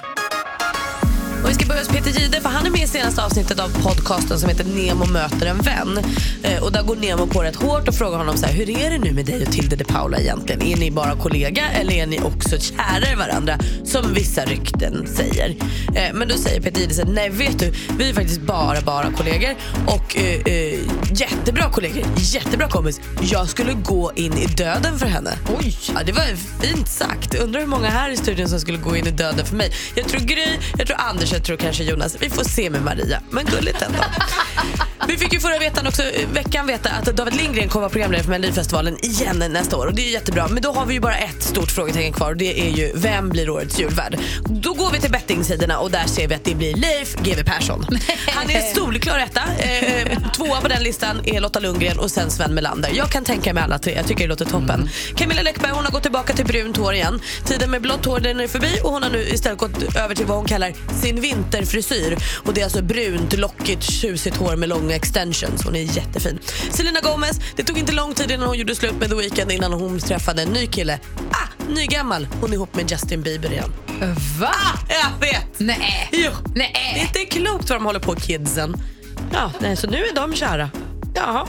Speaker 3: Och vi ska börja hos Peter Gide för han är med i senaste avsnittet av podcasten som heter Nemo möter en vän. Eh, och där går Nemo på rätt hårt och frågar honom så här, hur är det nu med dig och Tilde de Paula egentligen? Är ni bara kollega eller är ni också kära i varandra? Som vissa rykten säger. Eh, men då säger Peter Gide så här, nej vet du, vi är faktiskt bara, bara kollegor och eh, eh, jättebra kollegor, jättebra kompis. Jag skulle gå in i döden för henne. Oj! Ja, det var fint sagt. Undrar hur många här i studion som skulle gå in i döden för mig. Jag tror Gry, jag tror Anders, jag tror kanske Jonas. Vi får se med Maria, men gulligt ändå. Vi fick ju förra veckan, också, veckan veta att David Lindgren kommer vara programledare för Melodifestivalen igen nästa år och det är ju jättebra. Men då har vi ju bara ett stort frågetecken kvar och det är ju vem blir årets julvärd? Då går vi till bettingsidorna och där ser vi att det blir Leif GW Persson. Han är solklar etta. Eh, eh, tvåa på den listan är Lotta Lundgren och sen Sven Melander. Jag kan tänka mig alla tre. Jag tycker det låter toppen.
Speaker 1: Mm.
Speaker 3: Camilla Läckberg hon har gått tillbaka till brunt hår igen. Tiden med blått hår den är förbi och hon har nu istället gått över till vad hon kallar sin vinterfrisyr. Och det är alltså brunt, lockigt, tjusigt hår med långa extensions. Hon är jättefin. Selena Gomez, det tog inte lång tid innan hon gjorde slut med The Weeknd innan hon träffade en ny kille. Ah, nygammal. Hon är ihop med Justin Bieber igen. Ah,
Speaker 1: Va?
Speaker 3: jag vet!
Speaker 1: Nej.
Speaker 3: Jo.
Speaker 1: Nej.
Speaker 3: Det är inte klokt vad de håller på kidsen. Ja, nej, så nu är de kära. Jaha.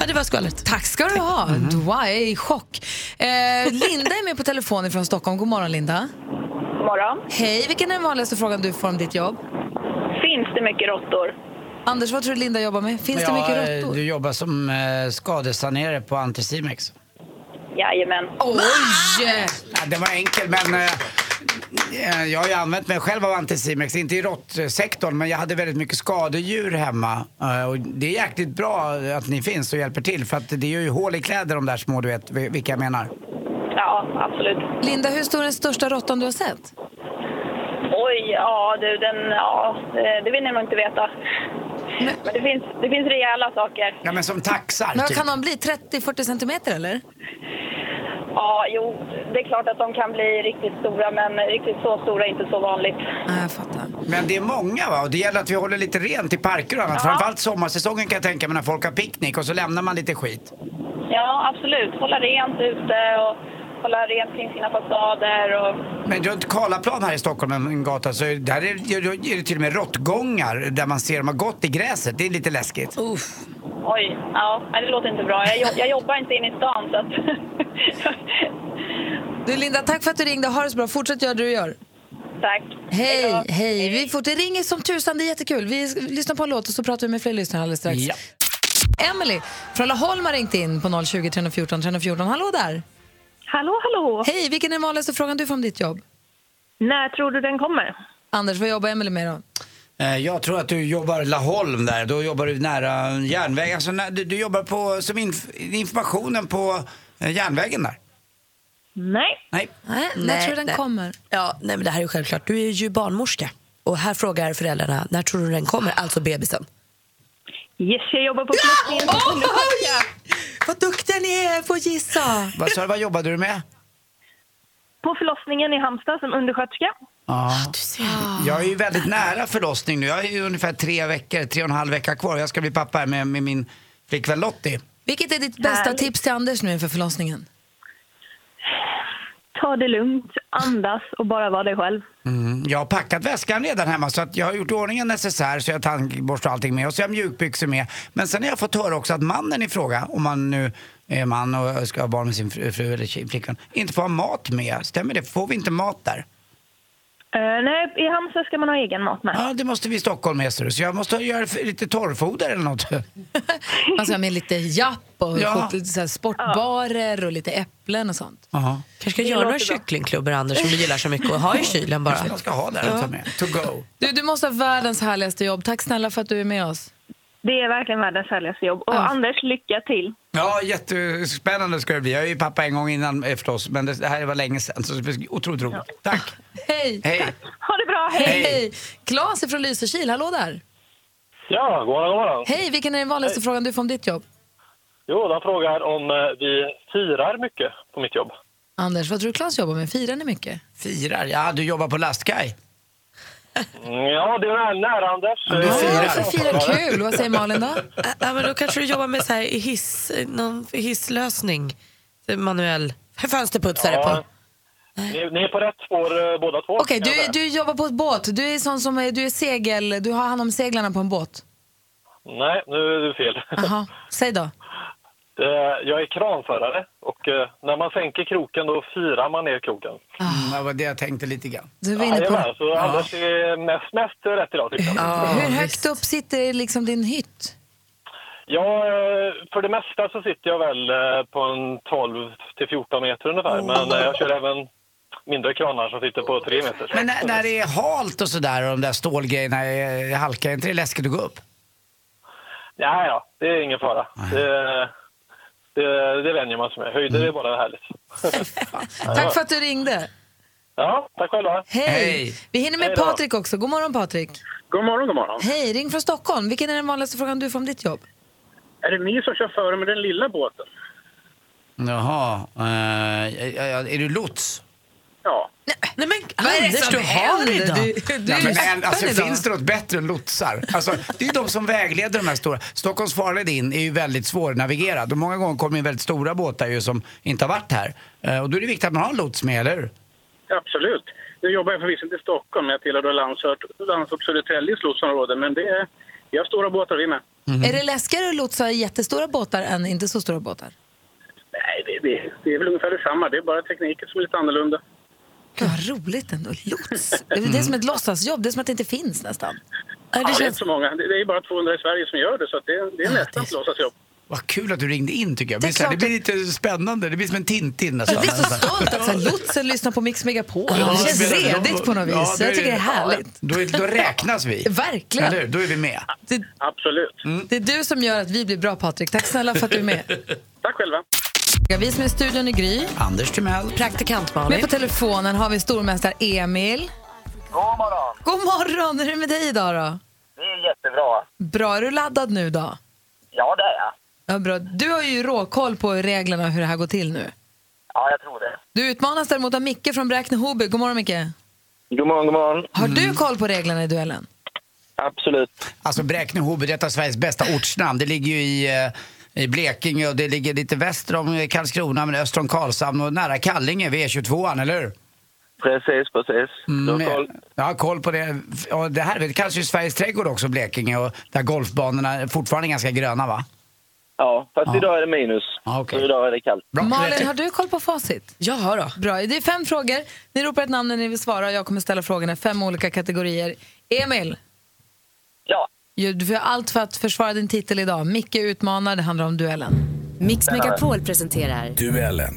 Speaker 3: Ja, det var skvallret.
Speaker 1: Tack ska du
Speaker 2: Mhm.
Speaker 1: ha. Du, wow, jag är i chock. Eh, Linda är med på telefonen från Stockholm. God morgon, Linda.
Speaker 10: God morgon.
Speaker 1: Hej. Vilken är den vanligaste frågan du får om ditt jobb?
Speaker 10: Finns det mycket råttor?
Speaker 1: Anders, vad tror du Linda jobbar med? Finns det
Speaker 2: Ja,
Speaker 1: mycket
Speaker 2: eh,
Speaker 1: råttor?
Speaker 2: Du jobbar som eh, skadesanerare på Anticimex.
Speaker 10: Jajamän.
Speaker 1: Oj! Äh.
Speaker 2: Ja, det var enkel men eh, eh, jag har ju använt mig själv av Anticimex, inte i råttsektorn men jag hade väldigt mycket skadedjur hemma. Eh, Och det är jäkligt bra att ni finns och hjälper till för att det gör ju hål i kläder de där små, du vet vi- vilka jag menar.
Speaker 10: Ja, absolut.
Speaker 1: Linda, hur stor är den största råttan du har sett?
Speaker 10: Oj, ja du, den, ja, eh, det vill ni nog inte veta. Men, det, finns, det finns rejäla saker.
Speaker 2: Ja men som taxar
Speaker 1: Men vad
Speaker 2: typ.
Speaker 1: kan de bli? 30-40 centimeter eller?
Speaker 10: Ja, jo, det är klart att de kan bli riktigt stora, men riktigt så stora är inte så vanligt.
Speaker 2: Men det är många va? Och det gäller att vi håller lite rent i parker och annat. Framförallt sommarsäsongen kan jag tänka mig när folk har picknick och så lämnar man lite skit.
Speaker 10: Ja, absolut. Hålla rent ute och hålla rent kring sina fasader och
Speaker 2: Men runt Karlaplan här i Stockholm, en gata, så är- där är, är det till och med råttgångar där man ser dem har gått i gräset. Det är lite läskigt.
Speaker 1: Uff.
Speaker 10: Oj, ja, nej, det låter inte bra. Jag, jo- jag jobbar inte inne i stan så att...
Speaker 1: Du Linda, tack för att du ringde. Ha det så bra. Fortsätt göra det du gör.
Speaker 10: Tack.
Speaker 1: Hej, hej. Vi får, det ringer som tusan, det är jättekul. Vi s- lyssnar på en låt och så pratar vi med fler lyssnare alldeles strax.
Speaker 2: Ja.
Speaker 1: Emily från Laholm har ringt in på 020 314 314. Hallå där!
Speaker 10: Hallå, hallå!
Speaker 1: Hej, vilken är den vanligaste frågan du får om ditt jobb?
Speaker 10: När tror du den kommer?
Speaker 1: Anders, vad jobbar Emily med då?
Speaker 2: Eh, Jag tror att du jobbar Laholm där, då jobbar du nära en järnväg. Alltså, när, du, du jobbar på, som inf informationen på eh, järnvägen där.
Speaker 10: Nej.
Speaker 2: Nej.
Speaker 1: Nej, när tror du den kommer?
Speaker 3: Ja, nej, men det här är ju självklart. Du är ju barnmorska. Och här frågar föräldrarna, när tror du den kommer? Alltså bebisen.
Speaker 10: Yes, jag jobbar på förlossningen.
Speaker 3: [LAUGHS] Vad duktiga ni är på att gissa.
Speaker 2: Vad sa du, vad jobbade du med?
Speaker 10: På förlossningen i Halmstad som undersköterska.
Speaker 2: Ja. Ah, Du ser. Jag är ju väldigt nära förlossning nu. Jag är ju ungefär tre veckor, tre och en halv vecka kvar. Jag ska bli pappa här med, med min flickvän Lottie.
Speaker 1: Vilket är ditt bästa
Speaker 10: Härligt.
Speaker 1: tips till Anders nu inför förlossningen?
Speaker 10: Ta det lugnt, andas och bara vara dig
Speaker 1: [LAUGHS]
Speaker 10: själv.
Speaker 2: Mm. Jag har packat väskan redan hemma så att jag har gjort i ordning en necessär så jag har tandborste och allting med och så har jag mjukbyxor med. Men sen har jag fått höra också att mannen i fråga, om man nu är man och ska ha barn med sin fru fru eller tjej- flickvän, inte får ha mat med. Stämmer det? Får vi inte mat där?
Speaker 10: Eh, nej, i Halmstad ska man ha egen mat med.
Speaker 2: Ja, det måste vi i Stockholm med ser du. Så jag måste göra f- lite torrfoder eller något.
Speaker 1: Man ska ha Alltså, med lite japp och
Speaker 2: Ja.
Speaker 1: fått lite så här sportbarer och lite äpplen och sånt.
Speaker 2: Aha.
Speaker 3: kanske ska göra några kycklingklubbor, Anders, som du gillar så mycket. Och ha i kylen bara.
Speaker 2: Jag ska ha där och ta med. To go.
Speaker 1: Du, du måste ha världens härligaste jobb. Tack snälla för att du är med oss.
Speaker 10: Det är verkligen världens härligaste jobb. Och Anders, lycka till!
Speaker 2: Ja, jättespännande ska det bli. Jag är ju pappa en gång innan eh, förstås, men det det här var länge sedan så det blir otroligt roligt. Tack!
Speaker 1: Hej!
Speaker 2: Hej!
Speaker 10: Ha det bra, hej!
Speaker 1: Hej! Claes är från Lysekil, hallå där!
Speaker 11: Ja, god morgon, god morgon.
Speaker 1: Hej, vilken är den vanligaste frågan du får om ditt jobb?
Speaker 11: Jo, de frågar om eh, vi firar mycket på mitt jobb.
Speaker 1: Anders, vad tror du Claes jobbar med? Firar ni mycket?
Speaker 2: Firar? Ja, du jobbar på lastkaj.
Speaker 11: Mm, ja, det är nära Anders.
Speaker 2: Du
Speaker 1: Ja, för firar kul! Vad säger Malin då?
Speaker 3: Ja, men då kanske du jobbar med så här hiss, någon hisslösning. Manuell fönsterputsare
Speaker 11: Ja.
Speaker 3: på.
Speaker 11: Ni, ni är på rätt spår eh, båda två.
Speaker 1: Okej,
Speaker 11: kan jag
Speaker 1: du,
Speaker 11: säga.
Speaker 1: du jobbar på ett båt. Du är sån som är, du är segel, du har hand om seglarna på en båt.
Speaker 11: Nej, nu är du fel.
Speaker 1: Aha. Säg då.
Speaker 11: [LAUGHS] Eh, jag är kranförare och eh, när man sänker kroken då firar man ner kroken.
Speaker 2: Mm, det var det jag tänkte lite grann.
Speaker 1: Du var inne på
Speaker 11: Jajamän, så Anders är mest, mest rätt idag tycker jag. Mm.
Speaker 1: Hur högt upp sitter liksom din hytt?
Speaker 11: Ja, eh, för det mesta så sitter jag väl eh, på en 12 till 14 meter
Speaker 1: Oh.
Speaker 11: ungefär. Men eh, jag kör även mindre kranar som sitter på 3 meter.
Speaker 2: Men när, när det är halt och sådär och de där stålgrejerna är, är halka, är inte det läskigt att gå upp?
Speaker 11: Ja, ja, det är ingen fara. Det, det, det vänjer man sig med. Höjder är bara härligt.
Speaker 1: Mm. [LAUGHS] Tack för att du ringde.
Speaker 11: Ja, tack själva.
Speaker 1: Hej! Vi hinner med
Speaker 11: Hej då.
Speaker 1: Patrik också. God morgon Patrik.
Speaker 12: God morgon, god morgon.
Speaker 1: Hej, ring från Stockholm. Vilken är den vanligaste frågan du får om ditt jobb?
Speaker 12: Är det ni som kör före med den lilla båten?
Speaker 2: Jaha, eh, ja, ja, är du lots?
Speaker 12: Ja.
Speaker 1: Nej.
Speaker 3: Nej men
Speaker 1: Vad är det
Speaker 3: Anders,
Speaker 1: som
Speaker 3: du har
Speaker 1: händer?
Speaker 3: idag.
Speaker 1: Du- du
Speaker 2: ja,
Speaker 1: är
Speaker 2: men,
Speaker 1: öppen
Speaker 2: alltså,
Speaker 1: idag.
Speaker 2: finns det något bättre än lotsar? Alltså, det är ju de som vägleder de här stora. Stockholms farled in är ju väldigt svårnavigerad och många gånger kommer ju väldigt stora båtar ju som inte har varit här. Eh, Och då är det viktigt att man har en lots med, eller hur?
Speaker 12: Absolut. Nu jobbar jag förvisso inte i Stockholm, men jag tillhör då Landsort, Landsort Södertäljes lotsområde. Men det är, vi har stora båtar vi med.
Speaker 1: Mm-hmm. Är det läskigare att lotsa jättestora båtar än inte så stora båtar?
Speaker 12: Nej, det, det, det är väl ungefär detsamma. Det är bara tekniken som är lite annorlunda.
Speaker 1: Gud, vad
Speaker 12: [LAUGHS]
Speaker 1: roligt ändå. Lots. Det är väl det som ett låtsasjobb. Det är som att det inte finns nästan.
Speaker 12: Ja, det, är inte så många. Det, det är bara 200 i Sverige som gör det, så att det, det är nästan ett låtsasjobb.
Speaker 2: Vad kul att du ringde in tycker jag.
Speaker 12: Det
Speaker 2: Det
Speaker 12: är
Speaker 2: blir, så här, det
Speaker 12: klart
Speaker 2: blir lite spännande, det blir som en Tintin nästan.
Speaker 1: Jag blir så stolt att Alltså. så här, lotsen lyssnar på Mix Megapol.
Speaker 2: Ja,
Speaker 1: Det känns
Speaker 2: spelar-
Speaker 1: redigt på något vis.
Speaker 2: Ja,
Speaker 1: jag tycker det är härligt.
Speaker 2: Då, är- då räknas vi.
Speaker 1: Verkligen.
Speaker 2: Eller hur? Då är vi med. Mm.
Speaker 12: Absolut.
Speaker 1: Det är du som gör att vi blir bra, Patrik. Tack snälla för att du
Speaker 13: [LAUGHS]
Speaker 1: är med.
Speaker 12: Tack själva.
Speaker 1: Vi som är i studion är Gry.
Speaker 2: Anders Timell.
Speaker 3: Praktikant Malin.
Speaker 1: Med på telefonen har vi stormästare Emil.
Speaker 13: God morgon!
Speaker 1: God morgon! Hur är det med dig idag då?
Speaker 13: Det är jättebra.
Speaker 1: Bra, är du laddad nu då?
Speaker 13: Ja, det är jag.
Speaker 1: Ja, bra. Du har ju råkoll på reglerna och hur det här går till nu.
Speaker 13: Ja, jag tror det.
Speaker 1: Du utmanas däremot av Micke från Bräkne-Hoby. God morgon Micke!
Speaker 13: God morgon, god morgon.
Speaker 1: Har
Speaker 2: Mm.
Speaker 1: du koll på reglerna i duellen?
Speaker 13: Absolut.
Speaker 2: Alltså Bräkne-Hoby, det är ett av Sveriges bästa ortsnamn. Det ligger ju i, eh, i Blekinge och det ligger lite väster om eh, Karlskrona men öster om Karlshamn och nära Kallinge vid E22, eller hur?
Speaker 13: Precis, precis. Du har koll.
Speaker 2: Jag har koll på det. Och det här det kanske är Sveriges trädgård också, Blekinge, och där golfbanorna är fortfarande ganska gröna va?
Speaker 13: Ja, fast
Speaker 2: Ja.
Speaker 13: idag är det minus. Så idag är det kallt.
Speaker 1: Malin, har du koll på facit?
Speaker 3: Ja då.
Speaker 1: Bra, det är fem frågor. Ni ropar ett namn när ni vill svara. Jag kommer ställa frågorna i fem olika kategorier. Emil!
Speaker 13: Ja.
Speaker 1: Du får göra allt för att försvara din titel idag. Micke utmanar, det handlar om duellen.
Speaker 14: Mix Megapol presenterar
Speaker 15: Duellen.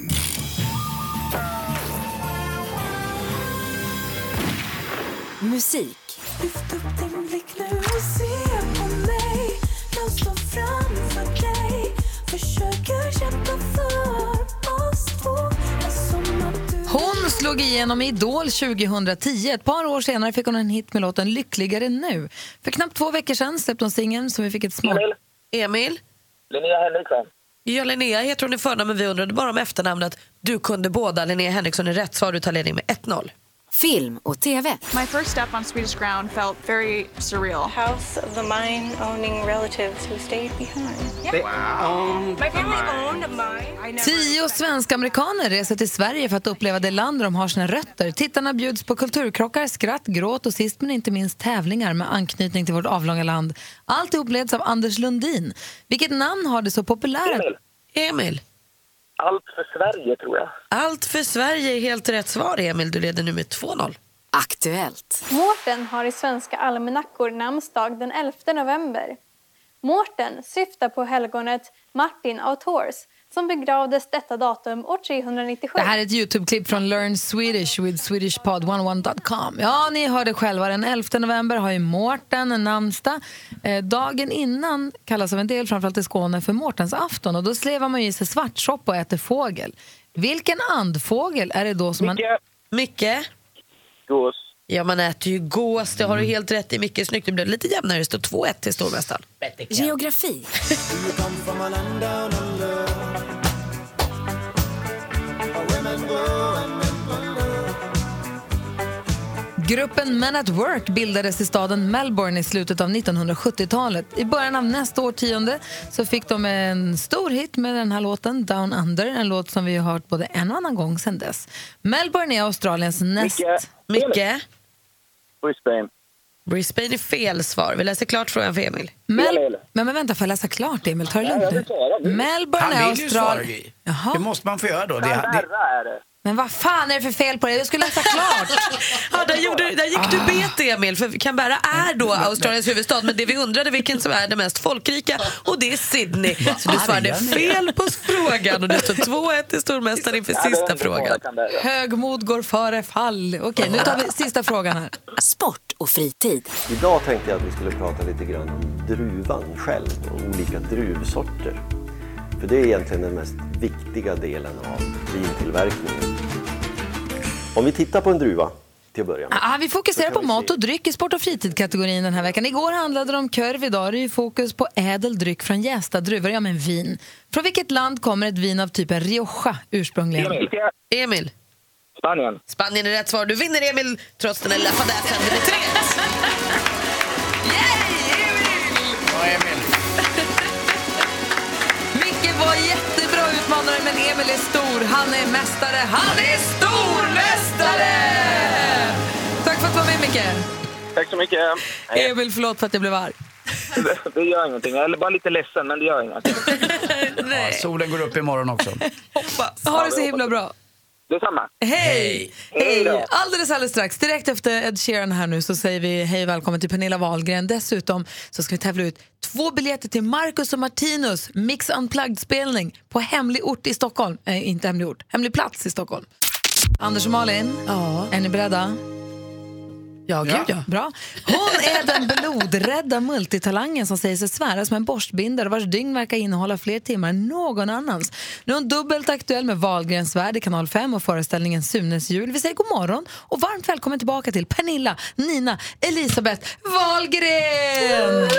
Speaker 14: musik.
Speaker 16: Lyft upp din blick nu och se på mig De står framför dig Försöker kämpa för oss två Det är som att du
Speaker 1: Hon slog igenom i Idol 2010. Ett par år senare fick hon en hit med låten Lyckligare nu. För knappt två veckor sedan släppte hon singeln som vi fick ett smak...
Speaker 3: Emil?
Speaker 13: Linnea Henriksson.
Speaker 3: Ja, Linnea heter hon i förnamn, men vi undrade bara om efternamnet. Du kunde båda. Linnea Henriksson är rätt svar. Du tar ledning med 1-0.
Speaker 14: Film och TV.
Speaker 17: My first step on Swedish ground felt very surreal. House of the mine owning relatives who stayed behind. My family owned a mine. I never-
Speaker 1: Tio svenska amerikaner reser till Sverige för att uppleva det land där de har sina rötter. Tittarna bjuds på kulturkrockar, skratt, gråt och sist men inte minst tävlingar med anknytning till vårt avlånga land. Alltihop leds av Anders Lundin. Vilket namn har det så populära...
Speaker 3: Emil. Emil.
Speaker 13: Allt för Sverige, tror jag.
Speaker 3: Allt för Sverige är helt rätt svar, Emil. Du leder nu med 2-0.
Speaker 14: Aktuellt.
Speaker 18: Mårten har i svenska almanackor namnsdag den 11 november. Mårten syftar på helgonet Martin av Tours som begravdes detta datum år 397.
Speaker 1: Det här är ett Youtube-klipp från Learn Swedish oh with swedishpod11.com. Ja, ni hörde själva. Den 11 november har ju Mårten en namnsdag. Eh, dagen innan kallas av en del, framförallt i Skåne, för Mårtens afton. Och då slevar man ju i sig svartsoppa och äter fågel. Vilken andfågel är det då som man...
Speaker 3: Micke?
Speaker 13: Gås. Mm.
Speaker 3: Ja, man äter ju gås. Det har du helt rätt i. Micke, snyggt. Det blev lite jämnare. Det står 2-1 till stormästaren.
Speaker 14: Geografi.
Speaker 1: Gruppen Men at Work bildades i staden Melbourne i slutet av 1970-talet. I början av nästa årtionde så fick de en stor hit med den här låten, Down Under, en låt som vi har hört både en och annan gång sedan dess. Melbourne är Australiens näst...
Speaker 3: Micke?
Speaker 13: Brisbane.
Speaker 3: Brisbane är fel svar. Vi läser klart frågan för Emil.
Speaker 1: Mel- men, men vänta, får jag läsa klart Emil? Ta det lugnt nu. Melbourne är
Speaker 2: Han vill ju svara,
Speaker 1: Australien...
Speaker 2: Gry. Det måste man få göra då. Det, det,
Speaker 1: Men vad fan är det för fel på det? Jag skulle läsa klart!
Speaker 3: [LAUGHS] Ja, där, gjorde, där gick du bet Emil, för Canberra är då
Speaker 1: Mm.
Speaker 3: Australiens huvudstad men det vi undrade vilken som är den mest folkrika och det är Sydney. Så du svarade
Speaker 1: arga ni är.
Speaker 3: fel på frågan och det står 2-1 till stormästaren inför sista frågan.
Speaker 1: Högmod går före fall. Okej, nu tar vi sista frågan här.
Speaker 14: Sport och fritid.
Speaker 19: Idag tänkte jag att vi skulle prata lite grann om druvan själv och olika druvsorter. För det är egentligen den mest viktiga delen av vintillverkningen. Om vi tittar på en druva till att börja med.
Speaker 1: Ah, vi fokuserar på mat och dryck i sport och fritidkategorin den här veckan. Igår handlade det om korv, idag är det ju fokus på ädel dryck från jästa druvor, ja men vin. Från vilket land kommer ett vin av typen rioja ursprungligen?
Speaker 3: Emil.
Speaker 13: Spanien.
Speaker 15: Spanien är rätt svar. Du vinner Emil trots den här lilla fadäsen. Det blir 3
Speaker 2: Ja, Emil.
Speaker 1: Micke var jättebra utmanare, men Emil är stor. Han är mästare. Han är stormästare! Tack för att du var med, Micke.
Speaker 13: Tack så mycket.
Speaker 1: Emil, förlåt för att jag blev arg.
Speaker 13: Det gör ingenting. Jag är bara lite ledsen, men det gör ingenting.
Speaker 2: Ja, solen går upp
Speaker 20: [LAUGHS]
Speaker 2: imorgon också.
Speaker 1: Ha det så himla bra.
Speaker 13: Detsamma.
Speaker 1: Hej!
Speaker 13: Hej då.
Speaker 1: Alldeles, alldeles strax, direkt efter Ed Sheeran här nu så säger vi hej och välkommen till Pernilla Wahlgren. Dessutom så ska vi tävla ut två biljetter till Marcus och Martinus Mix Unplugged-spelning på hemlig ort i Stockholm. Eh, inte hemlig ort, hemlig plats i Stockholm. Anders och Malin, är ni beredda? Ja, gud ja. Bra. Hon är den blodrädda multitalangen som säger sig svära som en borstbindare vars dygn verkar innehålla fler timmar än någon annans. Nu är hon dubbelt aktuell med Wahlgrens värld i kanal 5 och föreställningen Sunes jul. Vi säger god morgon och varmt välkommen tillbaka till Pernilla, Nina, Elisabeth Wahlgren!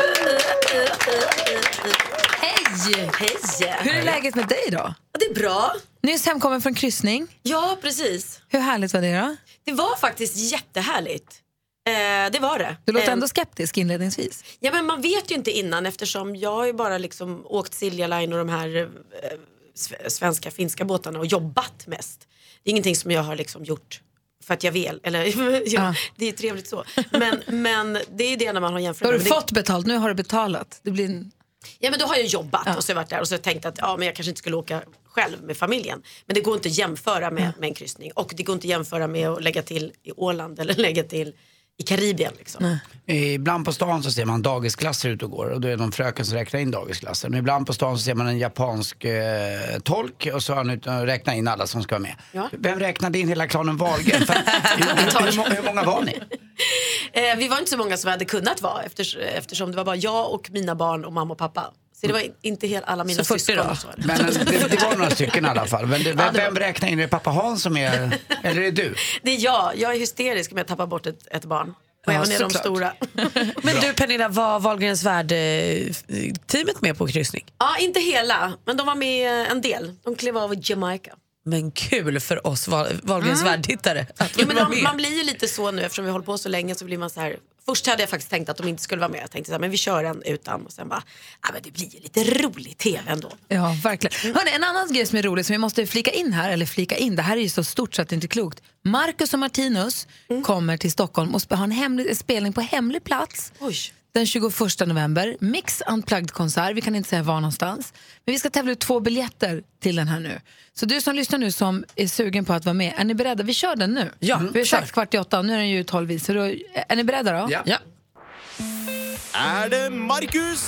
Speaker 1: Hej!
Speaker 20: Hej!
Speaker 1: Hur är läget med dig då?
Speaker 20: Det är bra.
Speaker 1: Nyss hemkommen från kryssning.
Speaker 20: Ja, precis.
Speaker 1: Hur härligt var det då?
Speaker 20: Det var faktiskt jättehärligt. Eh, det var det.
Speaker 1: Du låter
Speaker 20: Eh,
Speaker 1: ändå skeptisk inledningsvis.
Speaker 20: Ja, men man vet ju inte innan eftersom jag har ju bara liksom åkt Silja Line och de här eh, sve- svenska, finska båtarna och jobbat mest. Det är ingenting som jag har liksom gjort för att jag vill. Eller, [LAUGHS] ja,
Speaker 1: Ah.
Speaker 20: Det är ju trevligt så. Men, men det är ju det när man har jämfört.
Speaker 1: Då har du
Speaker 20: med-
Speaker 1: fått betalt, nu har du betalat. Det blir en...
Speaker 20: Ja men då har jag jobbat och så har jag varit där och så har jag tänkt att ja, men jag kanske inte skulle åka själv med familjen. Men det går inte att jämföra med, med en kryssning och det går inte att jämföra med att lägga till i Åland eller [LAUGHS] lägga till i Karibien. Liksom.
Speaker 2: Ibland på stan så ser man dagisklasser ute och går och då är det någon fröken som räknar in dagisklasser. Men ibland på stan så ser man en japansk eh, tolk och så har han ut- och räknar in alla som ska vara med.
Speaker 20: Ja.
Speaker 2: Vem räknade in hela klanen
Speaker 20: [LAUGHS]
Speaker 2: Wahlgren? För- hur, hur, må- hur många var ni?
Speaker 20: Eh, vi var inte så många som vi hade kunnat vara efters, eftersom det var bara jag och mina barn och mamma och pappa. Så det var in- inte helt alla mina
Speaker 1: Så 40
Speaker 20: syskon.
Speaker 1: då?
Speaker 20: och Så, eller?
Speaker 2: Men eh, det, det var några stycken i alla fall. Men det,
Speaker 20: Ja,
Speaker 2: vem,
Speaker 20: det var-
Speaker 2: vem räknar in? Är det pappa Hans som är... Eller
Speaker 20: [LAUGHS]
Speaker 2: är det du?
Speaker 20: Det är jag, jag är hysterisk om jag tappar bort ett, ett barn. Och
Speaker 2: Ja,
Speaker 20: även är de
Speaker 2: såklart.
Speaker 20: stora.
Speaker 3: Men du Pernilla, var Wahlgrens värld-teamet med på kryssning?
Speaker 20: Ja, inte hela, men de var med en del. De klev av i Jamaica.
Speaker 3: Men kul för oss Wahl- Wahlgrens
Speaker 20: Mm. [LAUGHS]
Speaker 3: värld-tittare att
Speaker 20: Jo,
Speaker 3: vi
Speaker 20: men
Speaker 3: var
Speaker 20: de,
Speaker 3: med.
Speaker 20: man blir ju lite så nu eftersom vi håller på så länge så blir man så här. Först hade jag faktiskt tänkt att de inte skulle vara med. Jag tänkte så här, men vi kör en utan och sen bara, ja men det blir ju lite rolig tv ändå.
Speaker 1: Ja, verkligen. Hörrni, en annan grej som är rolig som vi måste flika in här, eller flika in, det här är ju så stort så att det inte är klokt. Marcus och Martinus kommer till Stockholm och sp- har en hemlig, en spelning på hemlig plats den 21 november. Mix Unplugged-konsert, vi kan inte säga var någonstans. Men vi ska tävla ut två biljetter till den här nu. Så du som lyssnar nu som är sugen på att vara med, är ni beredda? Vi kör den nu. Ja, vi har sagt kvart i åtta, nu är den ju tolv i, så då, är ni beredda då?
Speaker 3: Ja.
Speaker 21: Är det Marcus?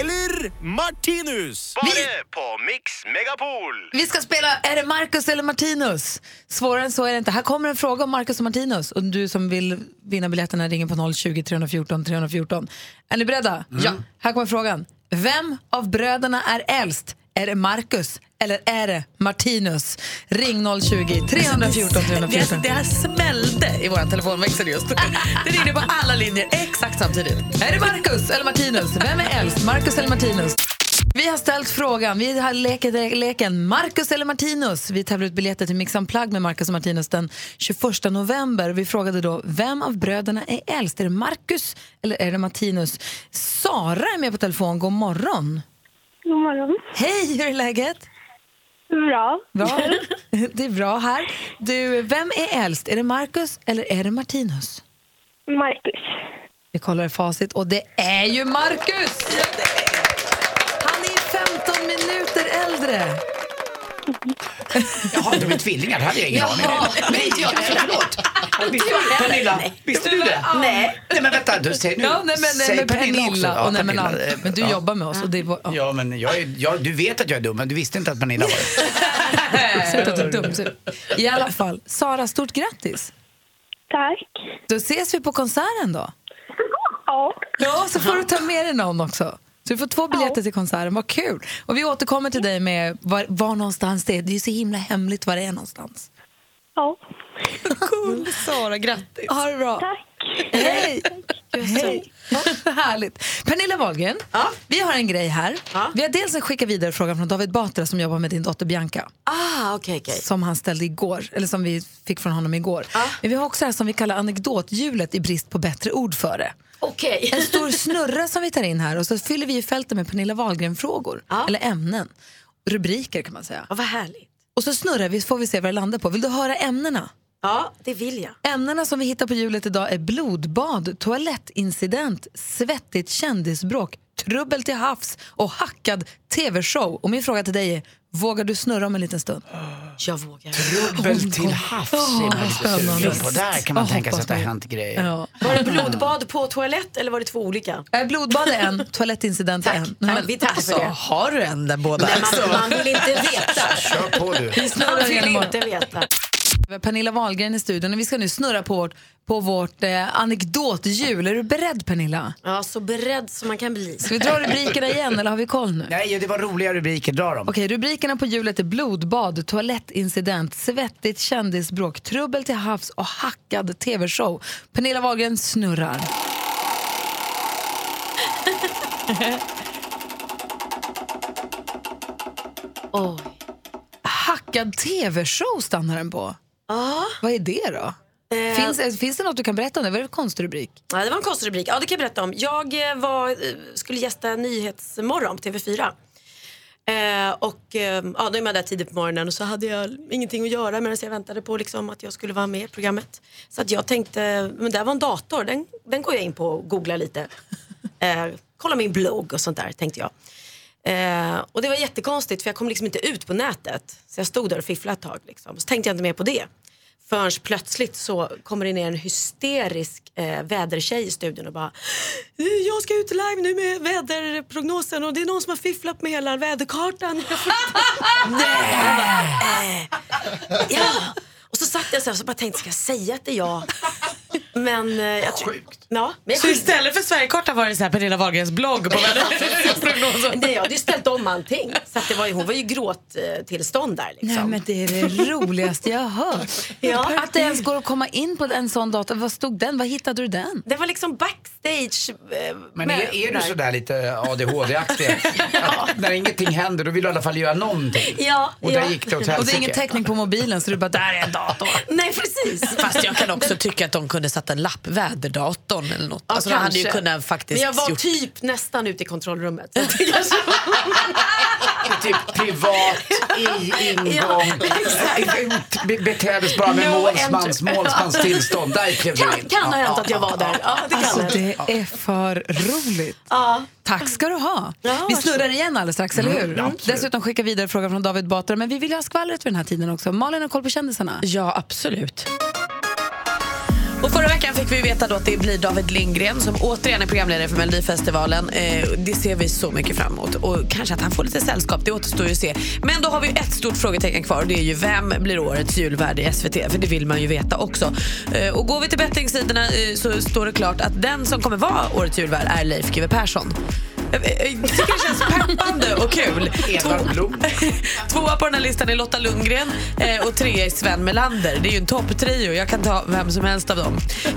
Speaker 21: Eller Martinus? Bara på Mix Megapol!
Speaker 1: Vi ska spela Är det Marcus eller Martinus? Svårare än så är det inte. Här kommer en fråga om Marcus och Martinus. Och du som vill vinna biljetterna ringer på 020 314 314. Är ni beredda? Ja. Här kommer frågan. Vem av bröderna är äldst? Är det Marcus eller är det Martinus? Ring 020 314 314.
Speaker 3: Det här smällde i vår telefonväxel just. Det ringde på alla linjer exakt samtidigt.
Speaker 1: Är det Marcus eller Martinus? Vem är äldst? Marcus eller Martinus? Vi har ställt frågan. Vi har leket leken Marcus eller Martinus. Vi tävlar ut biljetter till Mix Unplugged med Marcus och Martinus den 21 november. Vi frågade då vem av bröderna är äldst? Är det Marcus eller är det Martinus? Sara är med på telefon. God morgon.
Speaker 22: God morgon.
Speaker 1: Hej, hur är läget?
Speaker 22: Bra.
Speaker 1: Bra. [LAUGHS] Det är bra här. Du, vem är äldst? Är det Marcus eller är det Martinus?
Speaker 22: Marcus.
Speaker 1: Vi kollar i facit och det är ju Marcus! Han är 15 minuter äldre.
Speaker 2: Jaha, de är tvillingar, det hade jag ingen
Speaker 1: Jaha,
Speaker 2: aning om. Nej, inte jag. Förlåt.
Speaker 1: [LAUGHS]
Speaker 2: Visste- Pernilla, visste du det?
Speaker 20: Nej.
Speaker 2: Nej, men vänta. Du, säg nu.
Speaker 1: Ja, nej, men- nej,
Speaker 2: säg
Speaker 1: men
Speaker 2: Pernilla,
Speaker 1: Pernilla
Speaker 2: också. Ja,
Speaker 1: och nej, men
Speaker 2: Pernilla,
Speaker 1: allt.
Speaker 2: eh,
Speaker 1: Men du
Speaker 2: ja.
Speaker 1: jobbar med oss och det var... Ja.
Speaker 2: Ja, men jag, är- jag, du vet att jag är dum, men du visste inte att Pernilla var
Speaker 1: [LAUGHS]
Speaker 2: det.
Speaker 1: Säg att du är dum, så- I alla fall, Sara, stort grattis!
Speaker 22: Tack.
Speaker 1: Då ses vi på konserten då.
Speaker 22: Ja.
Speaker 1: Ja, så får du ta med dig någon också. Så du får två biljetter till konserten, vad kul! Och vi återkommer till dig med var, var någonstans det är. Det är ju så himla hemligt var det är någonstans.
Speaker 22: Ja.
Speaker 1: Cool, Sara, grattis! Ha det bra! Tack! Hej! Hej. Vad [LAUGHS] Härligt. Pernilla Wahlgren, vi har en grej här. Vi har dels en skicka vidare frågan från David Batra som jobbar med din dotter Bianca.
Speaker 20: Ah, okay, okay.
Speaker 1: Som han ställde igår, eller som vi fick från honom igår. Men vi har också det här som vi kallar anekdothjulet i brist på bättre ord för det.
Speaker 20: Okej.
Speaker 1: [LAUGHS] En stor snurra som vi tar in här och så fyller vi i fältet med Pernilla Wahlgren-frågor. Eller ämnen. Rubriker kan man säga.
Speaker 20: vad härligt.
Speaker 1: Och så snurrar vi så får vi se vad det landar på. Vill du höra ämnena?
Speaker 20: Ja, det vill jag.
Speaker 1: Ämnena som vi hittar på hjulet idag är blodbad, toalettincident, svettigt kändisbråk, trubbel till havs och hackad tv-show. Och min fråga till dig är, vågar du snurra om en liten stund?
Speaker 20: Jag vågar.
Speaker 2: Trubbel till havs är man lite sugen på. Där kan man tänka sig att det har hänt grejer.
Speaker 20: Var det blodbad på toalett eller var det två olika?
Speaker 1: Äh, Blodbad är en, toalettincident är en. Alltså,
Speaker 20: Tack, vi tackar för
Speaker 1: så
Speaker 20: det.
Speaker 3: Alltså,
Speaker 1: har du en där båda.
Speaker 20: Nej, man, man vill inte veta.
Speaker 2: Kör på du.
Speaker 1: Vi snurrar
Speaker 20: Man vill
Speaker 1: igenom.
Speaker 20: inte veta.
Speaker 1: Vi har Pernilla Wahlgren i studion och vi ska nu snurra på vårt, på vårt eh, anekdothjul. Är du beredd Pernilla?
Speaker 20: Ja, så beredd som man kan bli.
Speaker 1: Ska vi dra rubrikerna igen eller har vi koll nu?
Speaker 2: Nej, det var roliga rubriker. Dra dem.
Speaker 1: Okej, rubrikerna på hjulet är blodbad, toalettincident, svettigt kändisbråk, trubbel till havs och hackad tv-show. Pernilla Wahlgren snurrar.
Speaker 20: Oj.
Speaker 1: Hackad tv-show stannar den på.
Speaker 20: Ja.
Speaker 1: Vad är det då?
Speaker 20: Eh.
Speaker 1: Finns, eh, finns det något du kan berätta om det? Vad är det för konstig rubrik?
Speaker 20: Ja, det var en konstig rubrik. Ja, det kan jag berätta om. Jag eh, var, eh, skulle gästa Nyhetsmorgon på TV4. Eh, och eh, ja, då är man där tidigt på morgonen och så hade jag ingenting att göra medan jag väntade på liksom, att jag skulle vara med i programmet. Så att jag tänkte, men där var en dator, den, den går jag in på och googlar lite. Eh, kolla min blogg och sånt där tänkte jag. Eh, och det var jättekonstigt för jag kom liksom inte ut på nätet. Så jag stod där och fifflade ett tag. Liksom. Så tänkte jag inte mer på det. Förrän plötsligt så kommer det ner en hysterisk eh, vädertjej i studion och bara "Eh, Jag ska ut live nu med väderprognosen och det är någon som har fifflat med hela väderkartan. [LAUGHS] Nej! Jag bara, eh, ja. Och så satt jag så här och så bara tänkte, ska jag säga att det är jag? Men eh, jag tror... Sjukt. Ja, men jag
Speaker 3: Så istället för Sverigekartan var det så här Pernilla Wahlgrens blogg på
Speaker 20: [LAUGHS]
Speaker 3: väderprognosen.
Speaker 20: Nej, jag hade ju ställt om allting. Så att det var ju, hon var ju i gråttillstånd där. Liksom.
Speaker 1: Nej, men det är det roligaste jag har hört.
Speaker 20: [LAUGHS] Ja.
Speaker 1: Att det ens går att komma in på en sån dator. Vad stod den? Vad hittade du den?
Speaker 20: Det var liksom backstage. eh,
Speaker 2: Men
Speaker 20: med-
Speaker 2: är, är du
Speaker 20: där.
Speaker 2: sådär lite
Speaker 1: [LAUGHS]
Speaker 2: ADHD-aktig? Att När ingenting händer då vill du i alla fall göra någonting.
Speaker 20: [LAUGHS] Ja,
Speaker 2: Och där
Speaker 20: ja.
Speaker 2: gick det åt
Speaker 1: Och det är ingen
Speaker 2: helsike.
Speaker 1: täckning på mobilen så du bara, där är en dator.
Speaker 20: [LAUGHS] Nej, precis.
Speaker 3: Fast jag kan också tycka att de kunde satt en lapp, väderdatorn eller något. alltså, de hade ju
Speaker 20: kanske.
Speaker 3: kunnat faktiskt
Speaker 20: Men jag var
Speaker 3: gjort...
Speaker 20: typ nästan ute i [LAUGHS] kontrollrummet. Så att-
Speaker 2: Typ
Speaker 1: [LAUGHS]
Speaker 2: privat, i ingång. [LAUGHS] Be- Beteddes bara
Speaker 20: No
Speaker 2: med målsmans,
Speaker 20: entry.
Speaker 2: målsmans
Speaker 20: [LAUGHS]
Speaker 2: tillstånd. Där klev du
Speaker 20: kan,
Speaker 2: in.
Speaker 20: kan ha
Speaker 2: Ja,
Speaker 20: hänt
Speaker 2: ja,
Speaker 20: att jag var där. Ja, det kan
Speaker 1: Alltså
Speaker 20: det.
Speaker 1: det är för roligt.
Speaker 20: Ja.
Speaker 1: Tack ska du ha.
Speaker 20: Ja,
Speaker 1: vi snurrar igen alldeles strax, eller
Speaker 2: Mm,
Speaker 1: hur? Dessutom skickar vi vidare frågan från David Batra, men vi vill ju ha skvallret vid den här tiden också. Malin har koll på kändisarna.
Speaker 3: Ja, absolut. Och förra veckan fick vi veta då att det blir David Lindgren som återigen är programledare för Melodifestivalen. Eh, det ser vi så mycket fram emot. Och kanske att han får lite sällskap, det återstår ju att se. Men då har vi ju ett stort frågetecken kvar och det är ju vem blir årets julvärd i SVT? För det vill man ju veta också. Eh, och går vi till bettingsidorna eh, så står det klart att den som kommer vara årets julvärd är Leif GW Persson. Eh, eh, Jag tycker det känns peppande och kul.
Speaker 2: Edvard Blom.
Speaker 3: Tvåa på den här listan är Lotta Lundgren eh, och trea är Sven Melander. Det är ju en topptrio. Jag kan ta vem som helst av dem.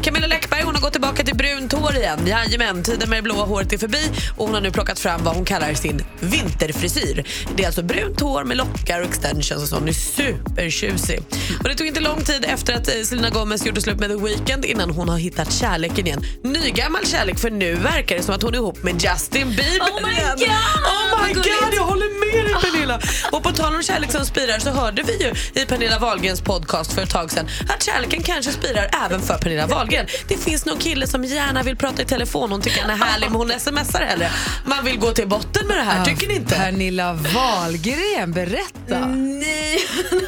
Speaker 3: Camilla Läckberg hon har gått tillbaka till brunt hår igen. Jajamän, tiden med det blåa håret är förbi och hon har nu plockat fram vad hon kallar sin vinterfrisyr. Det är alltså brunt hår med lockar och extensions och sånt. Hon är supertjusig. Och det tog inte lång tid efter att eh, Selena Gomez gjorde slut med The Weeknd innan hon har hittat kärleken igen. Nygammal kärlek för nu verkar det som att hon är ihop med Justin Bieber.
Speaker 20: Oh my
Speaker 3: igen.
Speaker 20: God,
Speaker 3: Oh
Speaker 20: vad
Speaker 3: my
Speaker 20: gulligt.
Speaker 3: god! Jag håller med
Speaker 20: [LAUGHS]
Speaker 3: dig Pernilla. Och på tal om kärlek som spirar så hörde vi ju i Pernilla Wahlgrens podcast för ett tag sedan att kärleken kanske spirar även för Pernilla Wahlgren. Det finns någon kille som gärna vill prata i telefon. Hon tycker han är härlig men hon smsar hellre. Man vill gå till botten med det här, tycker ni inte?
Speaker 1: Pernilla Wahlgren, berätta.
Speaker 20: Nej.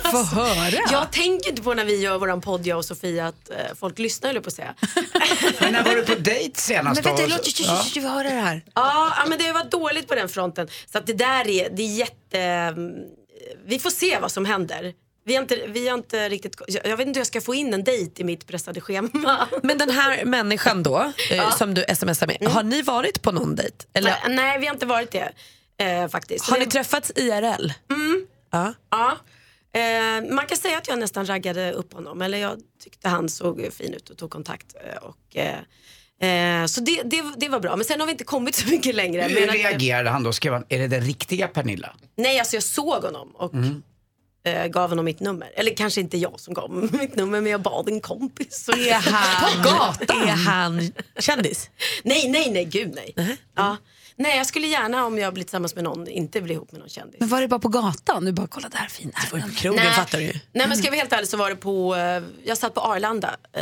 Speaker 20: alltså,
Speaker 1: Få höra.
Speaker 20: Jag tänker inte på när vi gör våran podd, jag och Sofia, att eh, folk lyssnar höll jag på att säga.
Speaker 2: Men när var du på dejt senast
Speaker 1: Men vänta,
Speaker 2: då?
Speaker 1: låt
Speaker 2: Ja.
Speaker 1: oss höra det här.
Speaker 20: Ja, ja, men det har varit dåligt på den fronten. Så att det där är, det är jätte... mm, Vi får se vad som händer. Vi har inte, vi har inte riktigt... Jag, jag vet inte hur jag ska få in en dejt i mitt pressade schema. [LAUGHS]
Speaker 3: Men den här människan då, eh, som du smsar med,
Speaker 20: Mm.
Speaker 3: har ni varit på någon dejt? Eller
Speaker 20: Nej, Nej, vi har inte varit det eh, faktiskt. Så
Speaker 3: har
Speaker 20: det-
Speaker 3: ni träffats IRL?
Speaker 20: Mm.
Speaker 3: Ja.
Speaker 20: Ja. Eh, man kan säga att jag nästan raggade upp honom. Eller jag tyckte han såg fin ut och tog kontakt. eh, Och, eh, eh, så det, det, det var bra. Men sen har vi inte kommit så mycket längre.
Speaker 2: Hur
Speaker 20: Men att-
Speaker 2: reagerade han då? Skrev han, är det den riktiga Pernilla?
Speaker 20: Nej, alltså jag såg honom och
Speaker 2: Mm.
Speaker 20: eh, gav honom mitt nummer. Eller kanske inte jag som gav [LAUGHS] honom mitt nummer men jag bad en kompis.
Speaker 15: Är han-
Speaker 20: [LAUGHS] På gatan?
Speaker 15: är han
Speaker 20: [LAUGHS]
Speaker 15: Uh-huh. kändis?
Speaker 20: Nej, nej, nej, gud nej. Ja. Nej, jag skulle gärna om jag blir tillsammans med någon inte bli ihop med någon kändis.
Speaker 1: Men var det bara på gatan? Du bara, kolla där fin är den.
Speaker 20: Nej. Nej men ska jag vara helt ärlig så var det på, eh, jag satt på Arlanda eh,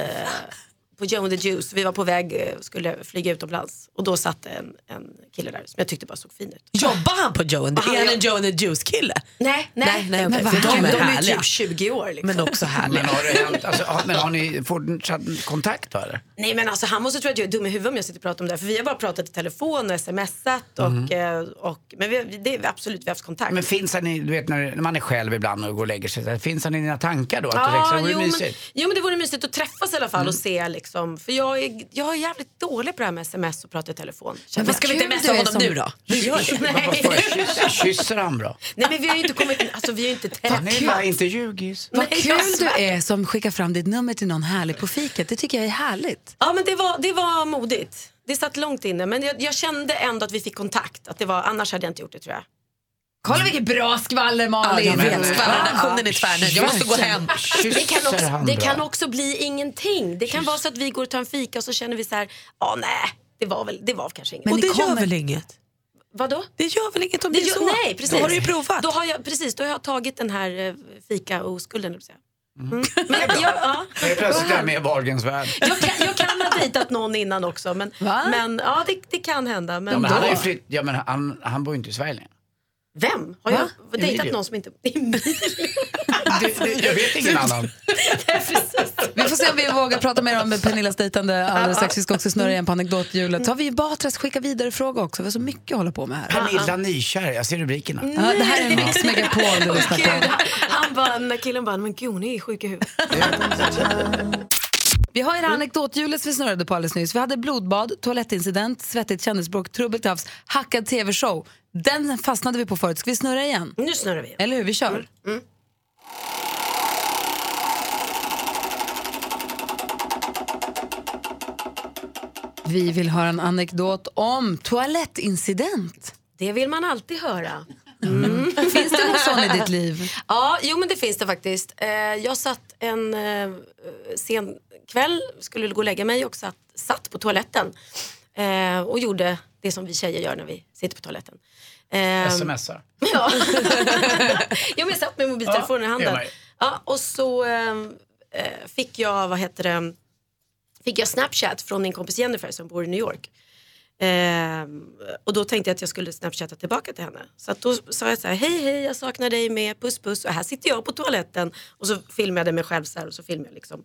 Speaker 20: på Joe and the Juice. Vi var på väg eh, och skulle flyga utomlands och då satt en, en kille där som jag tyckte bara såg fin ut.
Speaker 15: Jobbar han på Joe and the,
Speaker 20: Han
Speaker 15: är han en
Speaker 20: jobb-
Speaker 15: Joe and the Juice kille?
Speaker 20: Nej, nej,
Speaker 15: nej, nej
Speaker 20: Men
Speaker 15: okej,
Speaker 20: vad
Speaker 15: för de
Speaker 20: herregud,
Speaker 15: är
Speaker 20: de är ju
Speaker 15: härliga.
Speaker 20: typ 20 år liksom.
Speaker 15: Men också härliga.
Speaker 2: Men har, det hänt, alltså, har, men har ni fortsatt kontakt då eller?
Speaker 20: Nej men alltså han måste tro att jag är dum i huvudet om jag sitter och pratar om det här. För vi har bara pratat i telefon och smsat och,
Speaker 2: Mhm.
Speaker 20: eh, och men vi, det, är absolut vi har haft kontakt.
Speaker 2: Men finns han i, du vet när man är själv ibland och går och lägger sig, så här, finns han i dina tankar då? Att
Speaker 20: Ja,
Speaker 2: du
Speaker 20: Ah,
Speaker 2: liksom, det
Speaker 20: jo,
Speaker 2: vore
Speaker 20: men,
Speaker 2: mysigt.
Speaker 20: jo men det vore mysigt att träffas i alla fall och se liksom. För jag är, jag är jävligt dålig på det här med sms och prata i telefon. känner
Speaker 15: vad ska
Speaker 20: jag.
Speaker 15: vi inte messa
Speaker 20: Kul du är
Speaker 15: honom
Speaker 20: som-
Speaker 15: nu då?
Speaker 20: Vi gör det. Nej.
Speaker 2: Kyss- Kysser han bra?
Speaker 20: Nej men vi har ju inte kommit, alltså vi har ju inte
Speaker 2: Pernilla,
Speaker 20: träffats.
Speaker 2: inte ljugis.
Speaker 1: Vad
Speaker 20: Nej,
Speaker 1: kul
Speaker 20: jag
Speaker 1: du
Speaker 20: svär.
Speaker 1: är som skickar fram ditt nummer till någon härlig på fiket. Det tycker jag är härligt.
Speaker 20: Ja men det var, det var modigt. Det satt långt inne men jag, jag kände ändå att vi fick kontakt. Att det var, annars hade jag inte gjort det tror jag.
Speaker 1: Kolla vilket bra skvaller
Speaker 15: Mm. Ja, jag
Speaker 1: Malin.
Speaker 15: vet. Skvallerredaktionen är tvärnöjd. Jag måste gå hem.
Speaker 20: Det kan, också, det kan
Speaker 15: också...
Speaker 20: också bli ingenting. Det kan vara så att vi går och tar en fika och så känner vi så här, ja nej, det var väl, det var kanske inget.
Speaker 15: Men
Speaker 20: och
Speaker 15: det
Speaker 20: det
Speaker 15: gör väl inget?
Speaker 20: Vadå?
Speaker 15: Det gör väl inget om det,
Speaker 20: Det
Speaker 15: är
Speaker 20: gör-
Speaker 15: så?
Speaker 20: Nej, precis.
Speaker 15: Då har du ju provat.
Speaker 20: Då har jag, precis, då har jag tagit den här eh, fika-oskulden. höll jag på att säga.
Speaker 15: [LAUGHS]
Speaker 20: Mm. Men jag, ja,
Speaker 2: Jag är plötsligt där med i Wahlgrens värld.
Speaker 20: jag, kan, jag kan ha dejtat någon innan också. Men, men ja, det, det kan hända. Men
Speaker 2: Ja, men han,
Speaker 20: då-
Speaker 2: har ju flytt, ja, men han, han bor ju inte i Sverige längre.
Speaker 20: Vem? Har
Speaker 2: Va?
Speaker 20: jag dejtat
Speaker 2: Emilio.
Speaker 20: någon som inte... Emilio? Alltså,
Speaker 2: Du- du- Jag vet ingen annan.
Speaker 1: Vi får se om vi vågar prata mer om Pernillas dejtande alldeles strax. Vi ska också snurra igen på anekdothjulet. Tar vi Batras skicka vidare fråga också? Vi har så mycket att hålla på med här.
Speaker 2: Pernilla Nykär, jag ser rubrikerna.
Speaker 1: Ja, det här är Mix Megapol du lyssnar på.
Speaker 20: Gud, han bara, den där killen bara, men gud hon är sjuk i huvudet.
Speaker 1: Vi har ju det här anekdothjulet som vi snurrade på alldeles nyss. Vi hade blodbad, toalettincident, svettigt kändisbråk, trubbel till havs, hackad tv-show. Den fastnade vi på förut. Ska vi snurra igen?
Speaker 20: Nu snurrar vi igen.
Speaker 1: Eller hur? Vi kör.
Speaker 20: Mm.
Speaker 1: Vi vill höra en anekdot om toalettincident. Mm.
Speaker 20: Det vill man alltid höra.
Speaker 1: Finns det någon sån i ditt liv?
Speaker 20: Ja, jo men det finns det faktiskt. Eh, jag satt en eh, sen kväll, skulle gå och lägga mig och satt, satt på toaletten. Eh, och gjorde det som vi tjejer gör när vi sitter på toaletten. Eh, [LAUGHS]
Speaker 2: Smsar.
Speaker 20: Ja. [LAUGHS] jo, men jag satt med mobiltelefonen i
Speaker 2: Ja, det
Speaker 20: handen.
Speaker 2: gör man ju.
Speaker 20: Ja, och så ehm, eh, fick jag, vad heter det, fick jag Snapchat från min kompis Jennifer som bor i New York. Ehm, och då tänkte jag att jag skulle snapchatta tillbaka till henne. Så att då sa jag så här, hej hej jag saknar dig med, puss puss och här sitter jag på toaletten. Och så filmade jag mig själv så här och så filmade jag liksom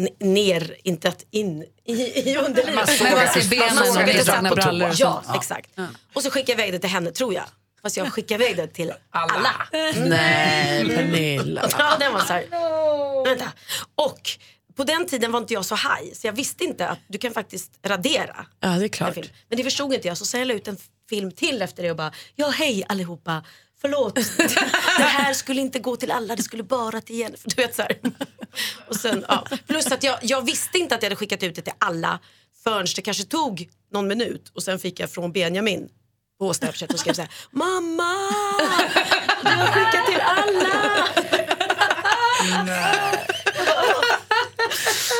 Speaker 20: n- ner, inte att in i, i underlivet.
Speaker 1: Man såg Men man att ser du- benen man såg och att du lite satt på saknar brallor och toa.
Speaker 20: Ja,
Speaker 1: sånt. Ja.
Speaker 20: exakt. Och så skickade jag iväg det till henne tror jag. Fast jag skickade iväg det till alla.
Speaker 15: Nej, [LAUGHS] Pernilla.
Speaker 20: Ja, den var så
Speaker 3: [LAUGHS]
Speaker 20: här. Vänta. Och på den tiden var inte jag så high så jag visste inte att du kan faktiskt radera.
Speaker 15: Ja, det är
Speaker 20: en
Speaker 15: klart.
Speaker 20: film. Men det förstod inte jag så sen la jag ut en film till efter det och bara ja hej allihopa. Förlåt, [LAUGHS] det här skulle inte gå till alla, det skulle bara till Jennifer. Du vet, så här. [LAUGHS] Och sen, ja. Plus att jag, jag visste inte att jag hade skickat ut det till alla förrän det kanske tog någon minut och sen fick jag från Benjamin på Snapchat och skrev så här, mamma, du har skickat till alla.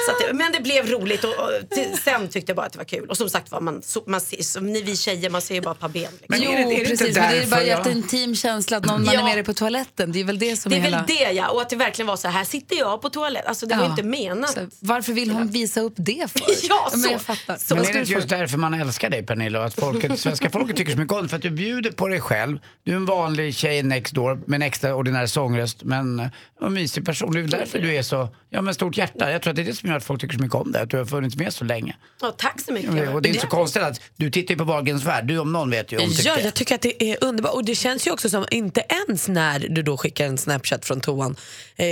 Speaker 20: Så att det, men det blev roligt och, och till, sen tyckte jag bara att det var kul. Och som sagt var, man, så, man ser, som ni vi tjejer, man ser ju bara ett par ben. Liksom.
Speaker 1: jo, precis. men det är bara en intim känsla att någon man
Speaker 20: Ja.
Speaker 1: är med dig på toaletten. Det är väl det som
Speaker 20: Det
Speaker 1: är
Speaker 20: är väl
Speaker 1: hela...
Speaker 20: det ja, och att det verkligen var så här, här sitter jag på toaletten. Alltså det var
Speaker 1: Ja.
Speaker 20: ju inte menat.
Speaker 1: Så varför vill hon visa upp det för?
Speaker 20: [LAUGHS] Ja, så.
Speaker 1: men jag fattar.
Speaker 2: men
Speaker 1: Vad
Speaker 2: är
Speaker 1: ska
Speaker 2: det
Speaker 1: du
Speaker 2: inte
Speaker 1: få-
Speaker 2: just därför man älskar dig Pernilla? och Att folket, [LAUGHS] svenska folket tycker så mycket om dig? För att du bjuder på dig själv. Du är en vanlig tjej next door med en extraordinär sångröst. Men eh, en mysig person. Det är väl därför du är så, ja men stort hjärta. Jag tror att det är det som gör att folk tycker så mycket om dig. Att du har funnits med så länge.
Speaker 20: Ja, tack så mycket.
Speaker 2: Och det är inte så konstigt att du tittar ju på Wahlgrens värld. Du om någon vet ju om
Speaker 15: Ja, jag tycker att det är underbart. Och det känns ju också som, inte ens när du då skickar en Snapchat från toan, eh,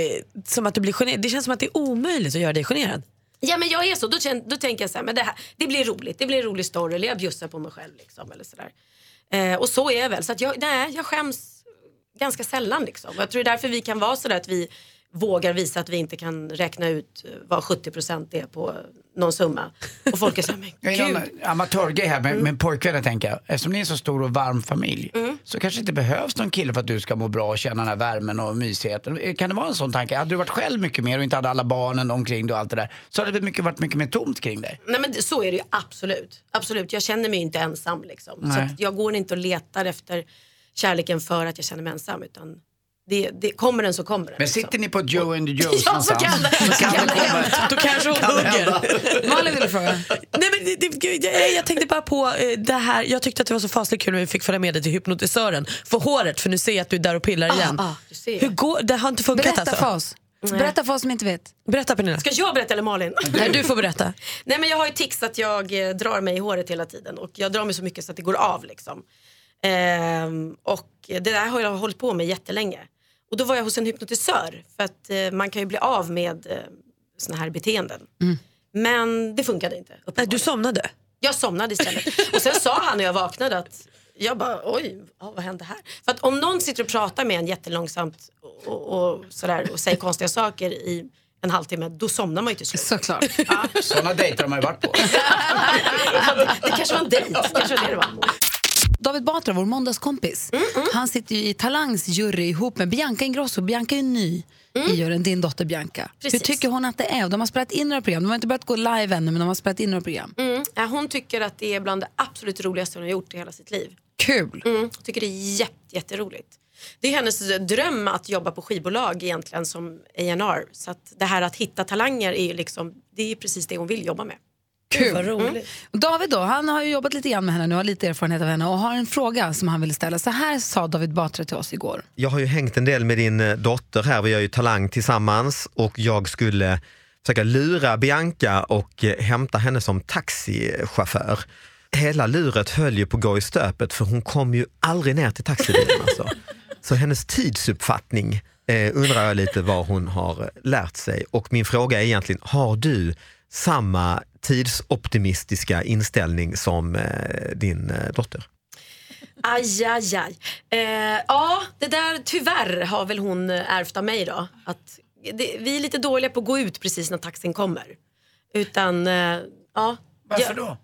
Speaker 15: som att du blir generad. Det känns som att det är omöjligt att göra dig generad.
Speaker 20: Ja men jag är så, då, kän, då tänker jag så här, men det, här, det blir roligt, det blir en rolig story eller jag bjussar på mig själv. Liksom, eller så där. Eh, och så är jag väl, så att jag, nej, jag skäms ganska sällan. Liksom. Och Jag tror det är därför vi kan vara sådär att vi vågar visa att vi inte kan räkna ut eh, vad 70% är på eh, någon summa. Och folk är såhär, men
Speaker 2: Jag är någon
Speaker 20: gud.
Speaker 2: amatörgrej här med, med pojkvänner tänker jag. Eftersom ni är en så stor och varm familj
Speaker 20: Mm.
Speaker 2: så kanske det inte behövs någon kille för att du ska må bra och känna den här värmen och mysigheten. Eh, Kan det vara en sån tanke? Hade du varit själv mycket mer och inte hade alla barnen omkring dig och allt det där så hade det mycket, varit mycket mer tomt kring dig.
Speaker 20: Nej men det- så är det ju absolut. Absolut, jag känner mig ju inte ensam liksom. Så
Speaker 2: Nej.
Speaker 20: att jag går inte och letar efter kärleken för att jag känner mig ensam utan det, det kommer den så kommer den. alltså.
Speaker 2: Men sitter ni på Joe and Joe's
Speaker 20: [LAUGHS] Ja, så
Speaker 2: någonstans?
Speaker 20: kan
Speaker 2: [LAUGHS]
Speaker 20: det- så kan det [LAUGHS] hända. Då kanske hon
Speaker 2: Kan det
Speaker 20: hugger.
Speaker 2: hända?
Speaker 15: Malin ville fråga. Nej, men det, det, gud, jag, jag tänkte bara på eh, det här. Jag tyckte att det var så fasligt kul när vi fick följa med dig till hypnotisören. För håret, för nu ser jag att du är där och pillar
Speaker 20: Ah,
Speaker 15: igen.
Speaker 20: ah, du ser.
Speaker 15: Hur går, det har inte funkat
Speaker 20: Berätta
Speaker 15: alltså?
Speaker 20: för oss. Nej. Berätta
Speaker 15: för oss som inte vet. Berätta Pernilla.
Speaker 20: Ska jag berätta eller Malin?
Speaker 15: Nej, du får berätta.
Speaker 20: Nej men jag har ju tics att jag eh, drar mig i håret hela tiden och jag drar mig så mycket så att det går av liksom. Ehm, och det där har jag hållit på med jättelänge. Och då var jag hos en hypnotisör för att eh, man kan ju bli av med eh, såna här beteenden. Men det funkade inte. Nej, du
Speaker 15: Mm. somnade?
Speaker 20: Jag somnade istället. Och sen sa han när jag vaknade att jag bara oj, ja, vad hände här? För att om någon sitter och pratar med en jättelångsamt och, och, och, sådär, och säger konstiga saker i en halvtimme, då somnar man ju till slut. [LAUGHS]
Speaker 1: Såklart.
Speaker 2: Sådana dejter har man ju varit på.
Speaker 20: Det kanske var en dejt. Kanske var det det var.
Speaker 1: David Batra, vår måndagskompis, han sitter ju i Talangs jury ihop med Bianca Ingrosso. Bianca är ju ny i juryn, din dotter Bianca.
Speaker 20: Precis.
Speaker 1: Hur tycker hon att det är? De har spelat in några program. De har inte börjat gå live ännu, men de har spelat in några program.
Speaker 20: Mm. Eh, Hon tycker att det är bland det absolut roligaste hon har gjort i hela sitt liv.
Speaker 1: Kul!
Speaker 20: Mm. Hon tycker det är jätte, jätteroligt. Det är hennes dröm att jobba på skivbolag egentligen som A&R. Så att det här att hitta talanger är ju liksom, det är ju precis det hon vill jobba med.
Speaker 1: Kul. Och David då, han har ju jobbat lite grann med henne nu, har lite erfarenhet av henne och har en fråga som han ville ställa. Så här sa David Batra till oss igår.
Speaker 23: Jag har ju hängt en del med din eh, dotter här, vi gör ju Talang tillsammans och jag skulle försöka lura Bianca och eh, hämta henne som taxichaufför. Hela luret höll ju på att gå i stöpet för hon kom ju aldrig ner
Speaker 21: [LAUGHS]
Speaker 23: till taxibilen. Alltså. Så hennes tidsuppfattning eh, undrar jag lite vad hon har eh, lärt sig. Och min fråga är egentligen, har du samma tidsoptimistiska inställning som eh, din eh, dotter?
Speaker 20: Aj, aj, aj. Eh, ja, det där tyvärr har väl hon eh, ärvt av mig då. Att det, vi är lite dåliga på att gå ut precis när taxin kommer. Utan, eh, ja.
Speaker 2: Varför
Speaker 20: Jag-
Speaker 2: då?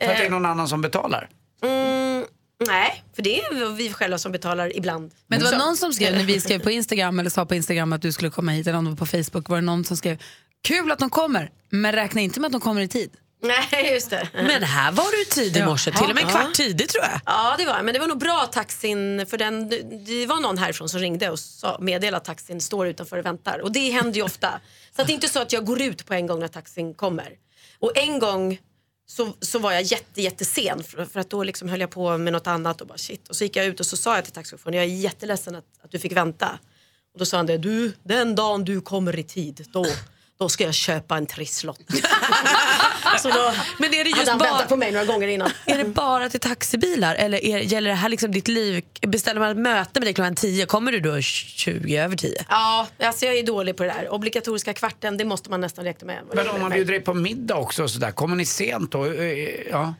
Speaker 2: För
Speaker 20: Eh.
Speaker 2: att det är någon annan som betalar?
Speaker 20: Mm, nej, för det är vi själva som betalar ibland.
Speaker 1: Men det var
Speaker 20: också.
Speaker 1: någon som skrev när vi skrev på Instagram eller sa på Instagram att du skulle komma hit eller om det var på Facebook var det någon som skrev kul att de kommer men räkna inte med att de kommer i tid.
Speaker 20: [LAUGHS] Nej, just det.
Speaker 15: Men här var du tid i morse, till och med en kvart tidig tror jag.
Speaker 20: Ja, det var Men det var nog bra att taxin, för den, det var någon härifrån som ringde och sa, meddelade att taxin står utanför och väntar. Och det händer ju ofta. Så att det är inte så att jag går ut på en gång när taxin kommer. Och en gång så, så var jag jätte, jättesen för, för att då liksom höll jag på med något annat och bara shit. Och så gick jag ut och så sa jag till taxichauffören, jag är jätteledsen att, att du fick vänta. Och då sa han det, du, den dagen du kommer i tid, då, då ska jag köpa en trisslott. så då
Speaker 15: Men är det
Speaker 20: hade
Speaker 15: just
Speaker 20: han
Speaker 15: bara,
Speaker 20: väntat på mig några gånger innan.
Speaker 15: är det bara till taxibilar eller är, gäller det här liksom ditt liv? Beställer man ett möte med dig klockan 10, kommer du då 20 över 10?
Speaker 20: Ja, alltså jag är dålig på det där. Obligatoriska kvarten, det måste man nästan räkna med.
Speaker 2: Men om man bjuder dig på middag också och sådär, kommer ni sent då? Eh, eh, Ja.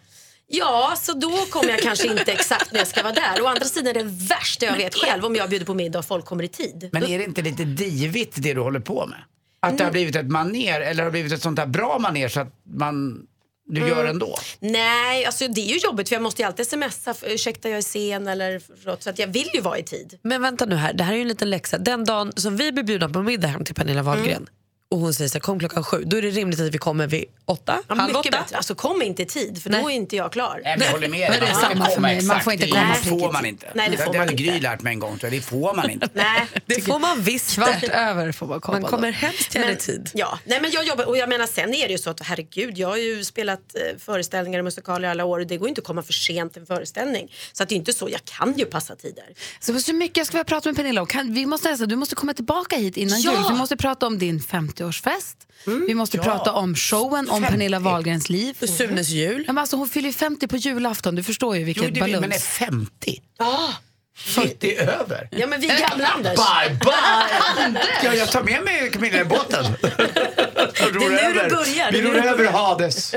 Speaker 20: Ja, så då kommer jag kanske inte exakt när jag ska vara där. Å andra sidan är det värsta jag vet själv om jag bjuder på middag och folk kommer i tid.
Speaker 2: Men är det inte lite divigt det du håller på med? Att det
Speaker 20: Mm.
Speaker 2: har blivit ett maner eller har blivit ett sånt här bra maner så att man, du gör
Speaker 20: Mm.
Speaker 2: ändå?
Speaker 20: Nej, alltså det är ju jobbigt för jag måste ju alltid smsa, för, ursäkta jag är sen eller förlåt, så att jag vill ju vara i tid.
Speaker 15: Men vänta nu här, det här är ju en liten läxa. Den dagen som vi blir bjudna på middag hem till Pernilla Wahlgren
Speaker 20: Mm.
Speaker 15: och hon säger så här, kom klockan sju, då är det rimligt att vi kommer vid åtta,
Speaker 20: Ja,
Speaker 15: halv
Speaker 20: mycket
Speaker 15: åtta.
Speaker 20: bättre, alltså kom inte i tid för då är inte jag klar.
Speaker 2: Nej, men jag håller med
Speaker 20: Nej,
Speaker 2: dig. Man ska komma exakt i- Det
Speaker 20: Nej.
Speaker 2: får man inte.
Speaker 20: Nej, det får man
Speaker 2: har
Speaker 20: inte.
Speaker 2: Gry lärt mig en gång, tror jag. det får man inte.
Speaker 20: Nej,
Speaker 15: det får man visst.
Speaker 1: Kvart över får man komma.
Speaker 20: Man
Speaker 1: då.
Speaker 20: kommer hemskt gärna i Men- tid.
Speaker 2: Typ.
Speaker 20: Ja, nej men jag jobbar och jag menar sen är det ju så att herregud jag har ju spelat eh, föreställningar och musikaler i alla år och det går ju inte att komma för sent till en föreställning. Så att det är inte så, jag kan ju passa tider.
Speaker 1: Så det är så mycket jag ska vilja prata med Pernilla om. Kan, vi måste alltså, du måste komma tillbaka hit innan
Speaker 20: Ja!
Speaker 1: jul. Vi måste prata om din 50-årsfest.
Speaker 2: Mm.
Speaker 1: vi måste
Speaker 15: ja.
Speaker 1: prata om showen, om
Speaker 15: 50.
Speaker 1: Pernilla Wahlgrens liv.
Speaker 15: Och Sunes jul.
Speaker 1: Ja, men alltså, hon fyller ju 50 på julafton, du förstår ju vilket
Speaker 2: Jo, det vill, men är
Speaker 1: balans.
Speaker 2: 50?
Speaker 20: Ja.
Speaker 2: 40 över?
Speaker 20: Ja, men vi är gamla, Anders.
Speaker 2: Eh, Bye,
Speaker 20: [LAUGHS]
Speaker 2: bye!
Speaker 20: Anders!
Speaker 2: Ja, jag tar med mig Camilla i båten.
Speaker 20: [LAUGHS] Det är nu det börjar.
Speaker 2: Vi
Speaker 20: Det är
Speaker 2: ror
Speaker 20: nu det
Speaker 2: över
Speaker 20: börjar.
Speaker 2: Hades.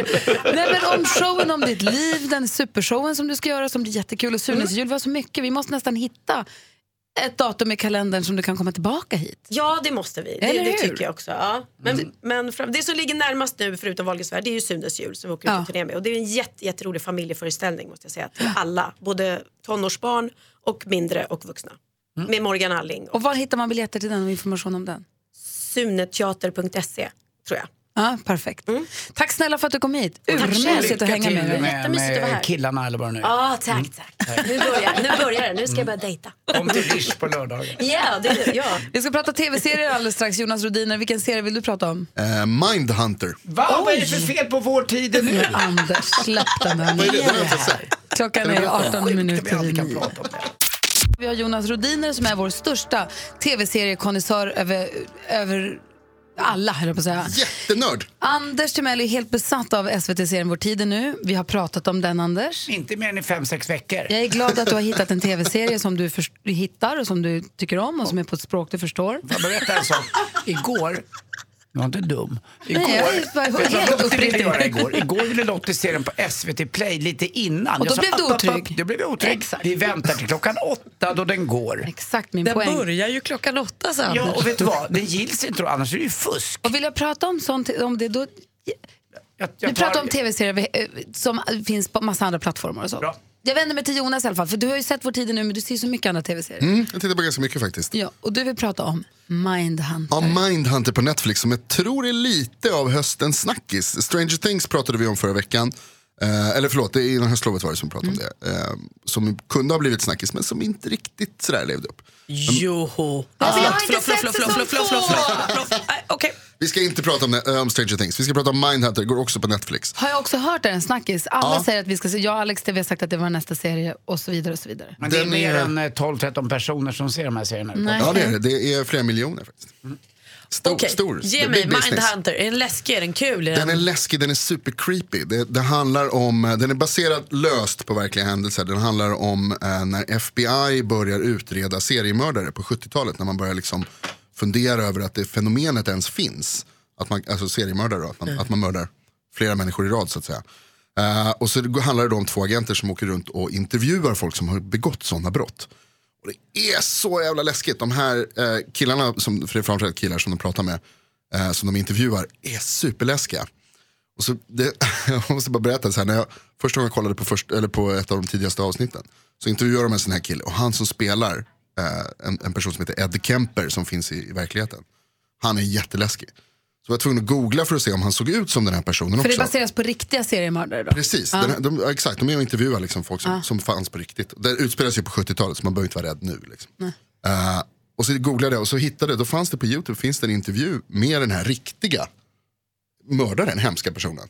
Speaker 1: Nej, men om showen, om ditt
Speaker 2: Mm.
Speaker 1: liv, den supershowen som du ska göra som blir jättekul och Sunes jul. Vi har så mycket, vi måste nästan hitta ett datum i kalendern som du kan komma tillbaka hit.
Speaker 20: Ja, det måste vi. Det,
Speaker 1: Eller
Speaker 20: det
Speaker 1: hur?
Speaker 20: tycker jag också. Ja. Men,
Speaker 2: Mm.
Speaker 20: men fram, det som ligger närmast nu, förutom Wahlgrens det är ju Sunes jul som vi åker ut
Speaker 1: Ja.
Speaker 20: på turné med. Och det är en jätte, jätterolig familjeföreställning måste jag säga till alla. Både tonårsbarn och mindre och vuxna.
Speaker 2: Mm.
Speaker 20: Med Morgan Alling och
Speaker 1: Och var hittar man biljetter till den och information om den?
Speaker 20: suneteater.se tror jag.
Speaker 1: Ja, perfekt.
Speaker 2: Mm.
Speaker 1: Tack snälla för att du kom hit. Urmysigt att hänga med dig.
Speaker 2: med, med killarna eller vad det nu är. Mm.
Speaker 20: Ja, Ah, tack, tack. Nu börjar, nu börjar det. Nu ska jag börja dejta.
Speaker 2: Kom till Rish på lördag.
Speaker 20: Ja, det är ja.
Speaker 1: Vi ska prata tv-serier alldeles strax. Jonas Rodiner, vilken serie vill du prata om?
Speaker 8: Eh, Mindhunter.
Speaker 2: Va? Vad är det för fel på vårtiden nu?
Speaker 1: Anders, släpp den här.
Speaker 8: Vad är det? Den har jag inte
Speaker 1: Klockan
Speaker 8: Den har
Speaker 1: är
Speaker 8: jag inte
Speaker 1: 18 minuter i nio. Vi har Jonas Rodiner som är vår största tv-seriekonnässör över, över alla, höll jag på att säga.
Speaker 8: Jättenörd.
Speaker 1: Anders Timell är helt besatt av SVT-serien Vår tid är nu. Vi har pratat om den, Anders.
Speaker 2: Inte mer än i fem, sex veckor.
Speaker 1: Jag är glad att du har hittat en tv-serie som du först- hittar och som du tycker om och som är på ett språk du förstår.
Speaker 2: Jag berättar en sak. Igår, nu var inte dum. Igår,
Speaker 1: Nej, jag är bara
Speaker 2: vet du vad
Speaker 1: helt
Speaker 2: Lottie ville
Speaker 1: uppriktig.
Speaker 2: göra igår? Igår ville Lottie se den på SVT Play lite innan.
Speaker 1: Och då
Speaker 2: Jag sa,
Speaker 1: blev du
Speaker 2: "App, app, app."
Speaker 1: otrygg.
Speaker 2: Då blev jag otrygg. Vi väntar till klockan åtta då den går.
Speaker 1: Exakt min
Speaker 2: Den
Speaker 1: poäng.
Speaker 2: börjar
Speaker 1: ju klockan åtta,
Speaker 2: sa Ja, och vet du vad? Den gills inte då, annars är det ju fusk.
Speaker 1: Och vill jag prata om sånt, om det då...
Speaker 2: jag
Speaker 1: vi
Speaker 2: tar-
Speaker 1: pratar om tv-serier vi- eh, som finns på massa andra plattformar och så. Jag vänder mig till Jonas i alla fall, för du har ju sett Vår tid är nu, men du ser ju så mycket andra tv-serier.
Speaker 8: Mm, jag tittar på ganska mycket faktiskt.
Speaker 1: Ja, och du vill prata om Mindhunter.
Speaker 8: Ja, Mindhunter på Netflix som jag tror är lite av höstens snackis. Stranger Things pratade vi om förra veckan. Eh, eller förlåt, det är innan höstlovet var det som vi pratade
Speaker 1: Mm.
Speaker 8: om det. Eh, som kunde ha blivit snackis men som inte riktigt sådär levde upp. Mm.
Speaker 15: Joho.
Speaker 8: Ah.
Speaker 15: Förlåt, förlåt, förlåt, förlåt, förlåt, förlåt, förlåt, förlåt.
Speaker 8: Vi ska inte prata om, eh, om Stranger Things, vi ska prata om Mindhunter, går också på Netflix.
Speaker 1: Har jag också hört det, en snackis. Alla
Speaker 8: Ja.
Speaker 1: säger att vi ska se, jag och Alex TV har sagt att det var nästa serie och så vidare och så vidare.
Speaker 2: Men det är
Speaker 8: Den
Speaker 2: mer
Speaker 8: är-
Speaker 2: än eh, 12-13 personer som ser de här serierna.
Speaker 1: Nej.
Speaker 8: Ja det är det, det är flera miljoner faktiskt. Stor,
Speaker 15: Okej,
Speaker 8: stor.
Speaker 15: ge
Speaker 8: Big
Speaker 15: mig
Speaker 8: business.
Speaker 15: Mindhunter. Är den läskig? Är den kul? Är
Speaker 8: Den är läskig, den är super creepy. Det, det handlar om, eh, den är baserad löst på verkliga händelser. Den handlar om eh, när FBI börjar utreda seriemördare på 70-talet. När man börjar liksom fundera över att det fenomenet ens finns. Att man, alltså seriemördare, då, att man, att man mördar flera människor i rad så att säga. Eh, och så det- handlar det då om två agenter som åker runt och intervjuar folk som har begått sådana brott. Och det är så jävla läskigt. De här eh, killarna, som, för det är framförallt killar som de pratar med, eh, som de intervjuar, är superläskiga. Och så, det, [LAUGHS] jag måste bara berätta, så här, när jag, första gången jag kollade på, först, eller på ett av de tidigaste avsnitten så intervjuade de en sån här kille och han som spelar eh, en, en person som heter Ed Kemper som finns i, i verkligheten. Han är jätteläskig. Så jag var tvungen att googla för att se om han såg ut som den här personen
Speaker 1: För det
Speaker 8: också.
Speaker 1: baseras på riktiga seriemördare då?
Speaker 8: Precis,
Speaker 1: Ja.
Speaker 8: den här, de, ja, exakt. De är och intervjuar liksom folk som,
Speaker 1: Ja.
Speaker 8: som fanns på riktigt. Det utspelar sig på 70-talet så man behöver inte vara rädd nu. Liksom. Eh, och så googlade jag och så hittade, då fanns det på YouTube finns det en intervju med den här riktiga mördaren, hemska personen.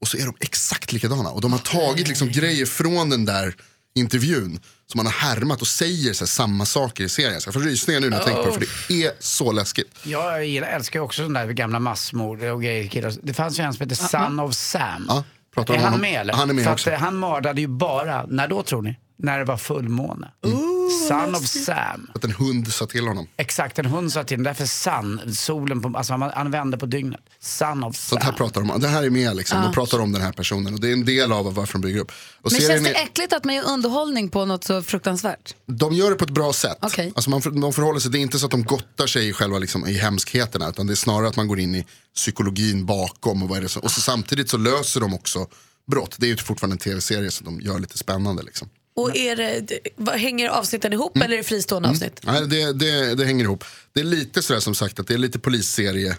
Speaker 8: Och så är de exakt likadana och de har tagit liksom grejer från den där intervjun som man har härmat och säger så här, samma saker i serien. Så jag får rysningar nu när jag tänker på det för
Speaker 1: Oh.
Speaker 8: det är så läskigt.
Speaker 2: Jag gillar, älskar ju också sådana där gamla massmord och grejer. killar. Det fanns ju en som hette Son of Sam.
Speaker 8: pratar
Speaker 2: är
Speaker 8: om
Speaker 2: han
Speaker 8: honom.
Speaker 2: med eller?
Speaker 8: Han är med
Speaker 2: För
Speaker 8: också.
Speaker 2: Att, eh, han mördade ju bara, när då tror ni? När det var fullmåne. Mm. Son of Sam.
Speaker 8: Att en hund sa till honom.
Speaker 2: Exakt, en hund sa till honom. Därför sun, solen på, alltså man använde på dygnet. Son of
Speaker 8: Så
Speaker 2: Sam.
Speaker 8: det här pratar de om, det här är med liksom,
Speaker 1: Ja.
Speaker 8: de pratar om den här personen och det är en del av varför de bygger upp. Och
Speaker 1: Men
Speaker 8: serien
Speaker 1: känns det
Speaker 8: är-
Speaker 1: äckligt att man gör underhållning på något så fruktansvärt?
Speaker 8: De gör det på ett bra sätt.
Speaker 1: Okej.
Speaker 8: Alltså man, för- de förhåller sig, det är inte så att de gottar sig i själva liksom, i hemskheterna utan det är snarare att man går in i psykologin bakom och, vad är det som, och så, samtidigt så löser de också brott. Det är ju fortfarande en tv-serie så de gör lite spännande. Liksom.
Speaker 15: Och är det, d- vad, hänger avsnitten ihop
Speaker 8: Mm.
Speaker 15: eller är det fristående
Speaker 1: [LAUGHS]
Speaker 15: avsnitt?
Speaker 8: Nej, det, det, det hänger ihop. Det är lite sådär som sagt att det är lite polisserie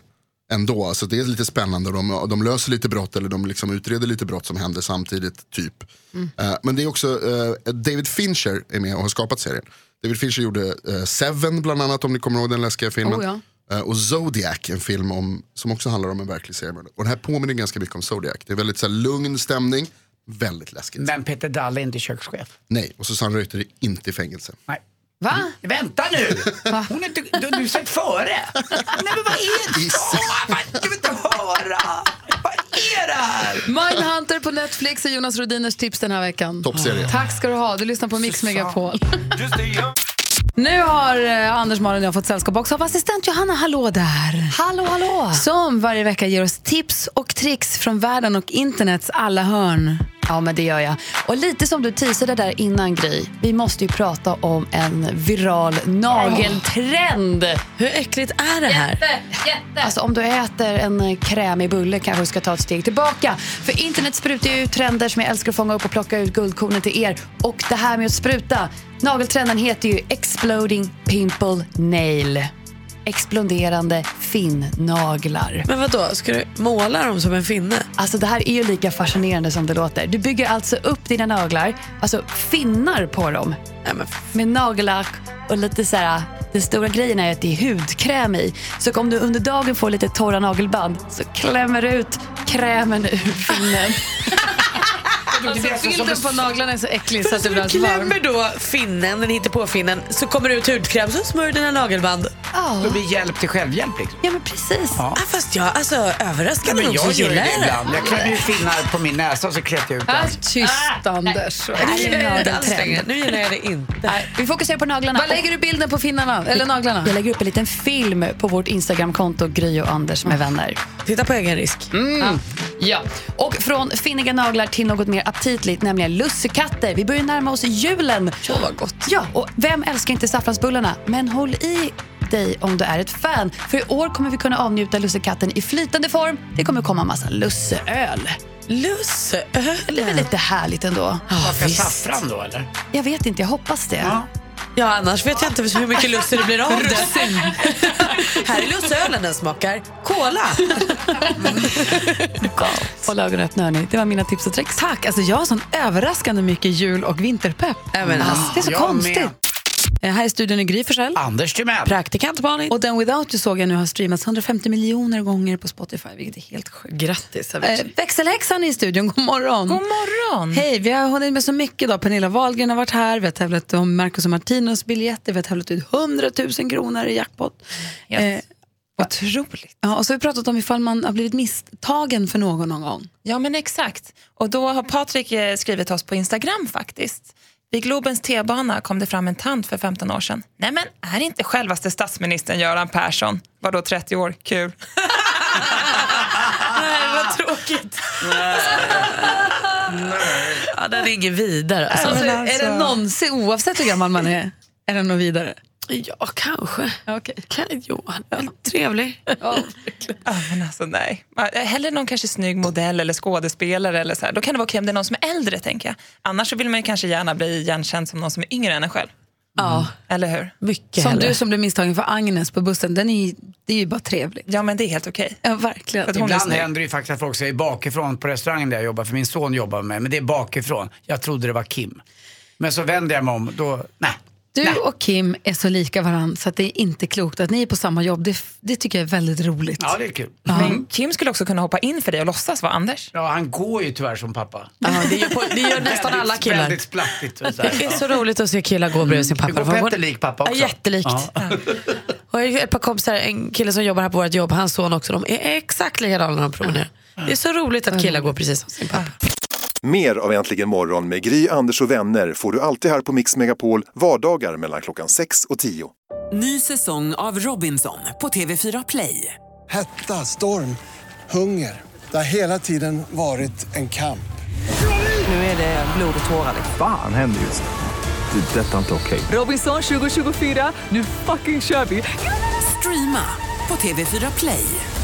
Speaker 8: ändå. Alltså det är lite spännande och de, de löser lite brott eller de liksom utreder lite brott som händer samtidigt. typ.
Speaker 1: Mm.
Speaker 8: Eh, men det är också, eh, David Fincher är med och har skapat serien. David Fincher gjorde eh, Seven bland annat om ni kommer ihåg den läskiga filmen.
Speaker 1: Oh, ja.
Speaker 8: Eh, och Zodiac, en film om, som också handlar om en verklig seriemördare. Och den här påminner ganska mycket om Zodiac. Det är väldigt så här, lugn stämning, väldigt läskigt.
Speaker 2: Men Peter Dalle är inte kökschef.
Speaker 8: Nej, och Susanne Reuter är inte i fängelse.
Speaker 2: Nej.
Speaker 1: Va?
Speaker 2: Vänta nu! Hon är inte, du, du är sett före. Nej men vad är det? Åh, vad- Du vill inte höra! Vad är det här?
Speaker 1: Mindhunter på Netflix är Jonas Rodiners tips den här veckan.
Speaker 8: Toppserie.
Speaker 1: Tack ska du ha. Du lyssnar på Mix Megapol. Nu har eh, Anders, Malin och jag fått sällskap också av assistent Johanna. Hallå där!
Speaker 3: Hallå, hallå!
Speaker 1: Som varje vecka ger oss tips och tricks från världen och internets alla hörn.
Speaker 4: Ja, men det gör jag. Och lite som du teasade där innan Gry, vi måste ju prata om en viral nageltrend. Hur äckligt är det här? Alltså om du äter en eh, krämig bulle kanske du ska ta ett steg tillbaka. För internet sprutar ju ut trender som jag älskar att fånga upp och plocka ut guldkornen till er. Och det här med att spruta, nageltrenden heter ju exploding pimple nail. Exploderande finnaglar.
Speaker 3: Men vad då? Ska du måla dem som en finne?
Speaker 4: Alltså det här är ju lika fascinerande som det låter. Du bygger alltså upp dina naglar, alltså finnar på dem. Med nagellack och lite så här, den stora grejen är att det är hudkräm i. Så om du under dagen får lite torra nagelband så klämmer du ut krämen ur finnen.
Speaker 1: Alltså, bilden på naglarna är så äcklig så att det blir
Speaker 3: Du
Speaker 1: alldeles varmt.
Speaker 3: klämmer då finnen, den hittar på finnen, så kommer det ut hudkräm, så smörjer du dina nagelband.
Speaker 4: Ja.
Speaker 2: Det blir hjälp till självhjälp liksom.
Speaker 4: Ja men precis.
Speaker 2: Ja.
Speaker 3: fast jag, alltså
Speaker 2: Ja,
Speaker 3: överraskande
Speaker 2: men
Speaker 3: nog så
Speaker 2: jag gör
Speaker 3: gillar
Speaker 2: det
Speaker 3: jag
Speaker 2: ibland.
Speaker 3: det.
Speaker 2: Jag klämmer ju finnar på min näsa och så kletar jag ut
Speaker 4: Ah,
Speaker 2: den.
Speaker 4: tyst Anders.
Speaker 3: Nej, nu gillar jag det inte alls
Speaker 4: Nageltrend.
Speaker 3: längre. Nu gillar jag det inte.
Speaker 4: Nej, vi fokuserar på naglarna.
Speaker 1: Var lägger du bilden på finnarna? Eller naglarna?
Speaker 4: Jag lägger upp en liten film på vårt Instagramkonto Gry och Anders med vänner.
Speaker 3: Titta på egen risk.
Speaker 4: Ja. Mm. ja. Och från finniga naglar till något mer aptitligt, nämligen lussekatter. Vi börjar närma oss julen. Ja, vad gott. Ja, och vem älskar inte saffransbullarna? Men håll i dig om du är ett fan. För i år kommer vi kunna avnjuta lussekatten i flytande form. Det kommer komma massa lusseöl.
Speaker 3: Lusseöl?
Speaker 4: Det är väl lite härligt ändå?
Speaker 3: Ah,
Speaker 2: Smakar saffran då eller?
Speaker 4: Jag vet inte, jag hoppas det.
Speaker 3: Ja, annars vet jag inte hur mycket lusser det blir av det.
Speaker 4: Russin.
Speaker 3: [LAUGHS] Här är lussölen den smakar. Cola.
Speaker 4: Håll ögonen öppna hörni. Det var mina tips och tricks.
Speaker 1: Tack! Alltså jag har sån överraskande mycket jul och vinterpepp.
Speaker 3: Även
Speaker 1: Ah,
Speaker 3: alltså,
Speaker 1: det är så
Speaker 3: jag
Speaker 1: konstigt.
Speaker 3: med.
Speaker 1: Eh, Här i studion är Gry Forssell.
Speaker 2: Anders Timell.
Speaker 1: Praktikant Malin. Och den Without You såg jag nu har streamats 150 miljoner gånger på Spotify, vilket är helt sjukt.
Speaker 3: Grattis
Speaker 1: Eh, växelhäxan är i studion, god morgon. God morgon. Hej, vi har hunnit med så mycket idag. Pernilla Wahlgren har varit här, vi har tävlat om Marcus och Martinos biljetter, vi har tävlat ut 100 000 kronor i jackpot. Eh,
Speaker 6: Otroligt.
Speaker 1: Ja, och så har vi pratat om ifall man har blivit misstagen för någon någon gång.
Speaker 6: Ja men exakt. Och då har Patrik eh, skrivit till oss på Instagram faktiskt. Vid Globens T-bana kom det fram en tant för 15 år sedan. Nej men är inte självaste statsministern Göran Persson? Var då 30 år, kul. [LAUGHS]
Speaker 3: Eh,
Speaker 6: Nej vad tråkigt.
Speaker 3: Ja, den är ingen vidare.
Speaker 1: Alltså,
Speaker 3: Alltså.
Speaker 1: Är det någonsin, oavsett hur gammal man är, är den något vidare?
Speaker 6: Ja kanske.
Speaker 1: Okay.
Speaker 6: Kan, jo, trevlig.
Speaker 1: Ja,
Speaker 6: men alltså nej. Hellre någon kanske snygg modell eller skådespelare. Eller så här. Då kan det vara okej om det är någon som är äldre tänker jag. Annars så vill man ju kanske gärna bli igenkänd som någon som är yngre än en själv. Mm.
Speaker 1: Ja.
Speaker 6: Eller hur?
Speaker 1: Mycket som du som blev misstagen för Agnes på bussen, den är ju, det är ju bara trevligt.
Speaker 6: Ja men det är helt okej.
Speaker 1: Ja, verkligen.
Speaker 2: Ibland händer det ju faktiskt att folk säger bakifrån på restaurangen där jag jobbar, för min son jobbar med mig, men det är bakifrån. Jag trodde det var Kim. Men så vänder jag mig om, då, nej.
Speaker 1: Du och Kim är så lika varandra så att det är inte klokt att ni är på samma jobb. Det, det tycker jag är väldigt roligt.
Speaker 2: Ja, det är kul.
Speaker 6: Men Kim skulle också kunna hoppa in för dig och låtsas vara Anders.
Speaker 2: Ja, han går ju tyvärr som pappa.
Speaker 6: det gör,
Speaker 2: Väldigt- Väldigt splattigt. och så här.
Speaker 6: [LAUGHS]
Speaker 3: Det är så roligt att se killar gå bredvid sin pappa.
Speaker 2: Hur Mm. går
Speaker 3: För man-
Speaker 2: Petter lik pappa också?
Speaker 3: Ja, jättelikt.
Speaker 2: Ja.
Speaker 3: Och jag har ett par kompisar, en kille som jobbar här på vårt jobb, hans son också, de är exakt likadana när de promenerar. Det är så roligt att killar går precis som sin pappa.
Speaker 7: Mer av Äntligen morgon med Gry, Anders och vänner får du alltid här på Mix Megapol vardagar mellan klockan 6 och 10.
Speaker 11: Ny säsong av Robinson på TV4 Play.
Speaker 24: Hetta, storm, hunger. Det har hela tiden varit en kamp.
Speaker 11: Nu är det blod och tårar.
Speaker 25: Fan händer just det. Det är detta inte okej.
Speaker 11: Robinson 2024, nu fucking kör vi! Streama på TV4 Play.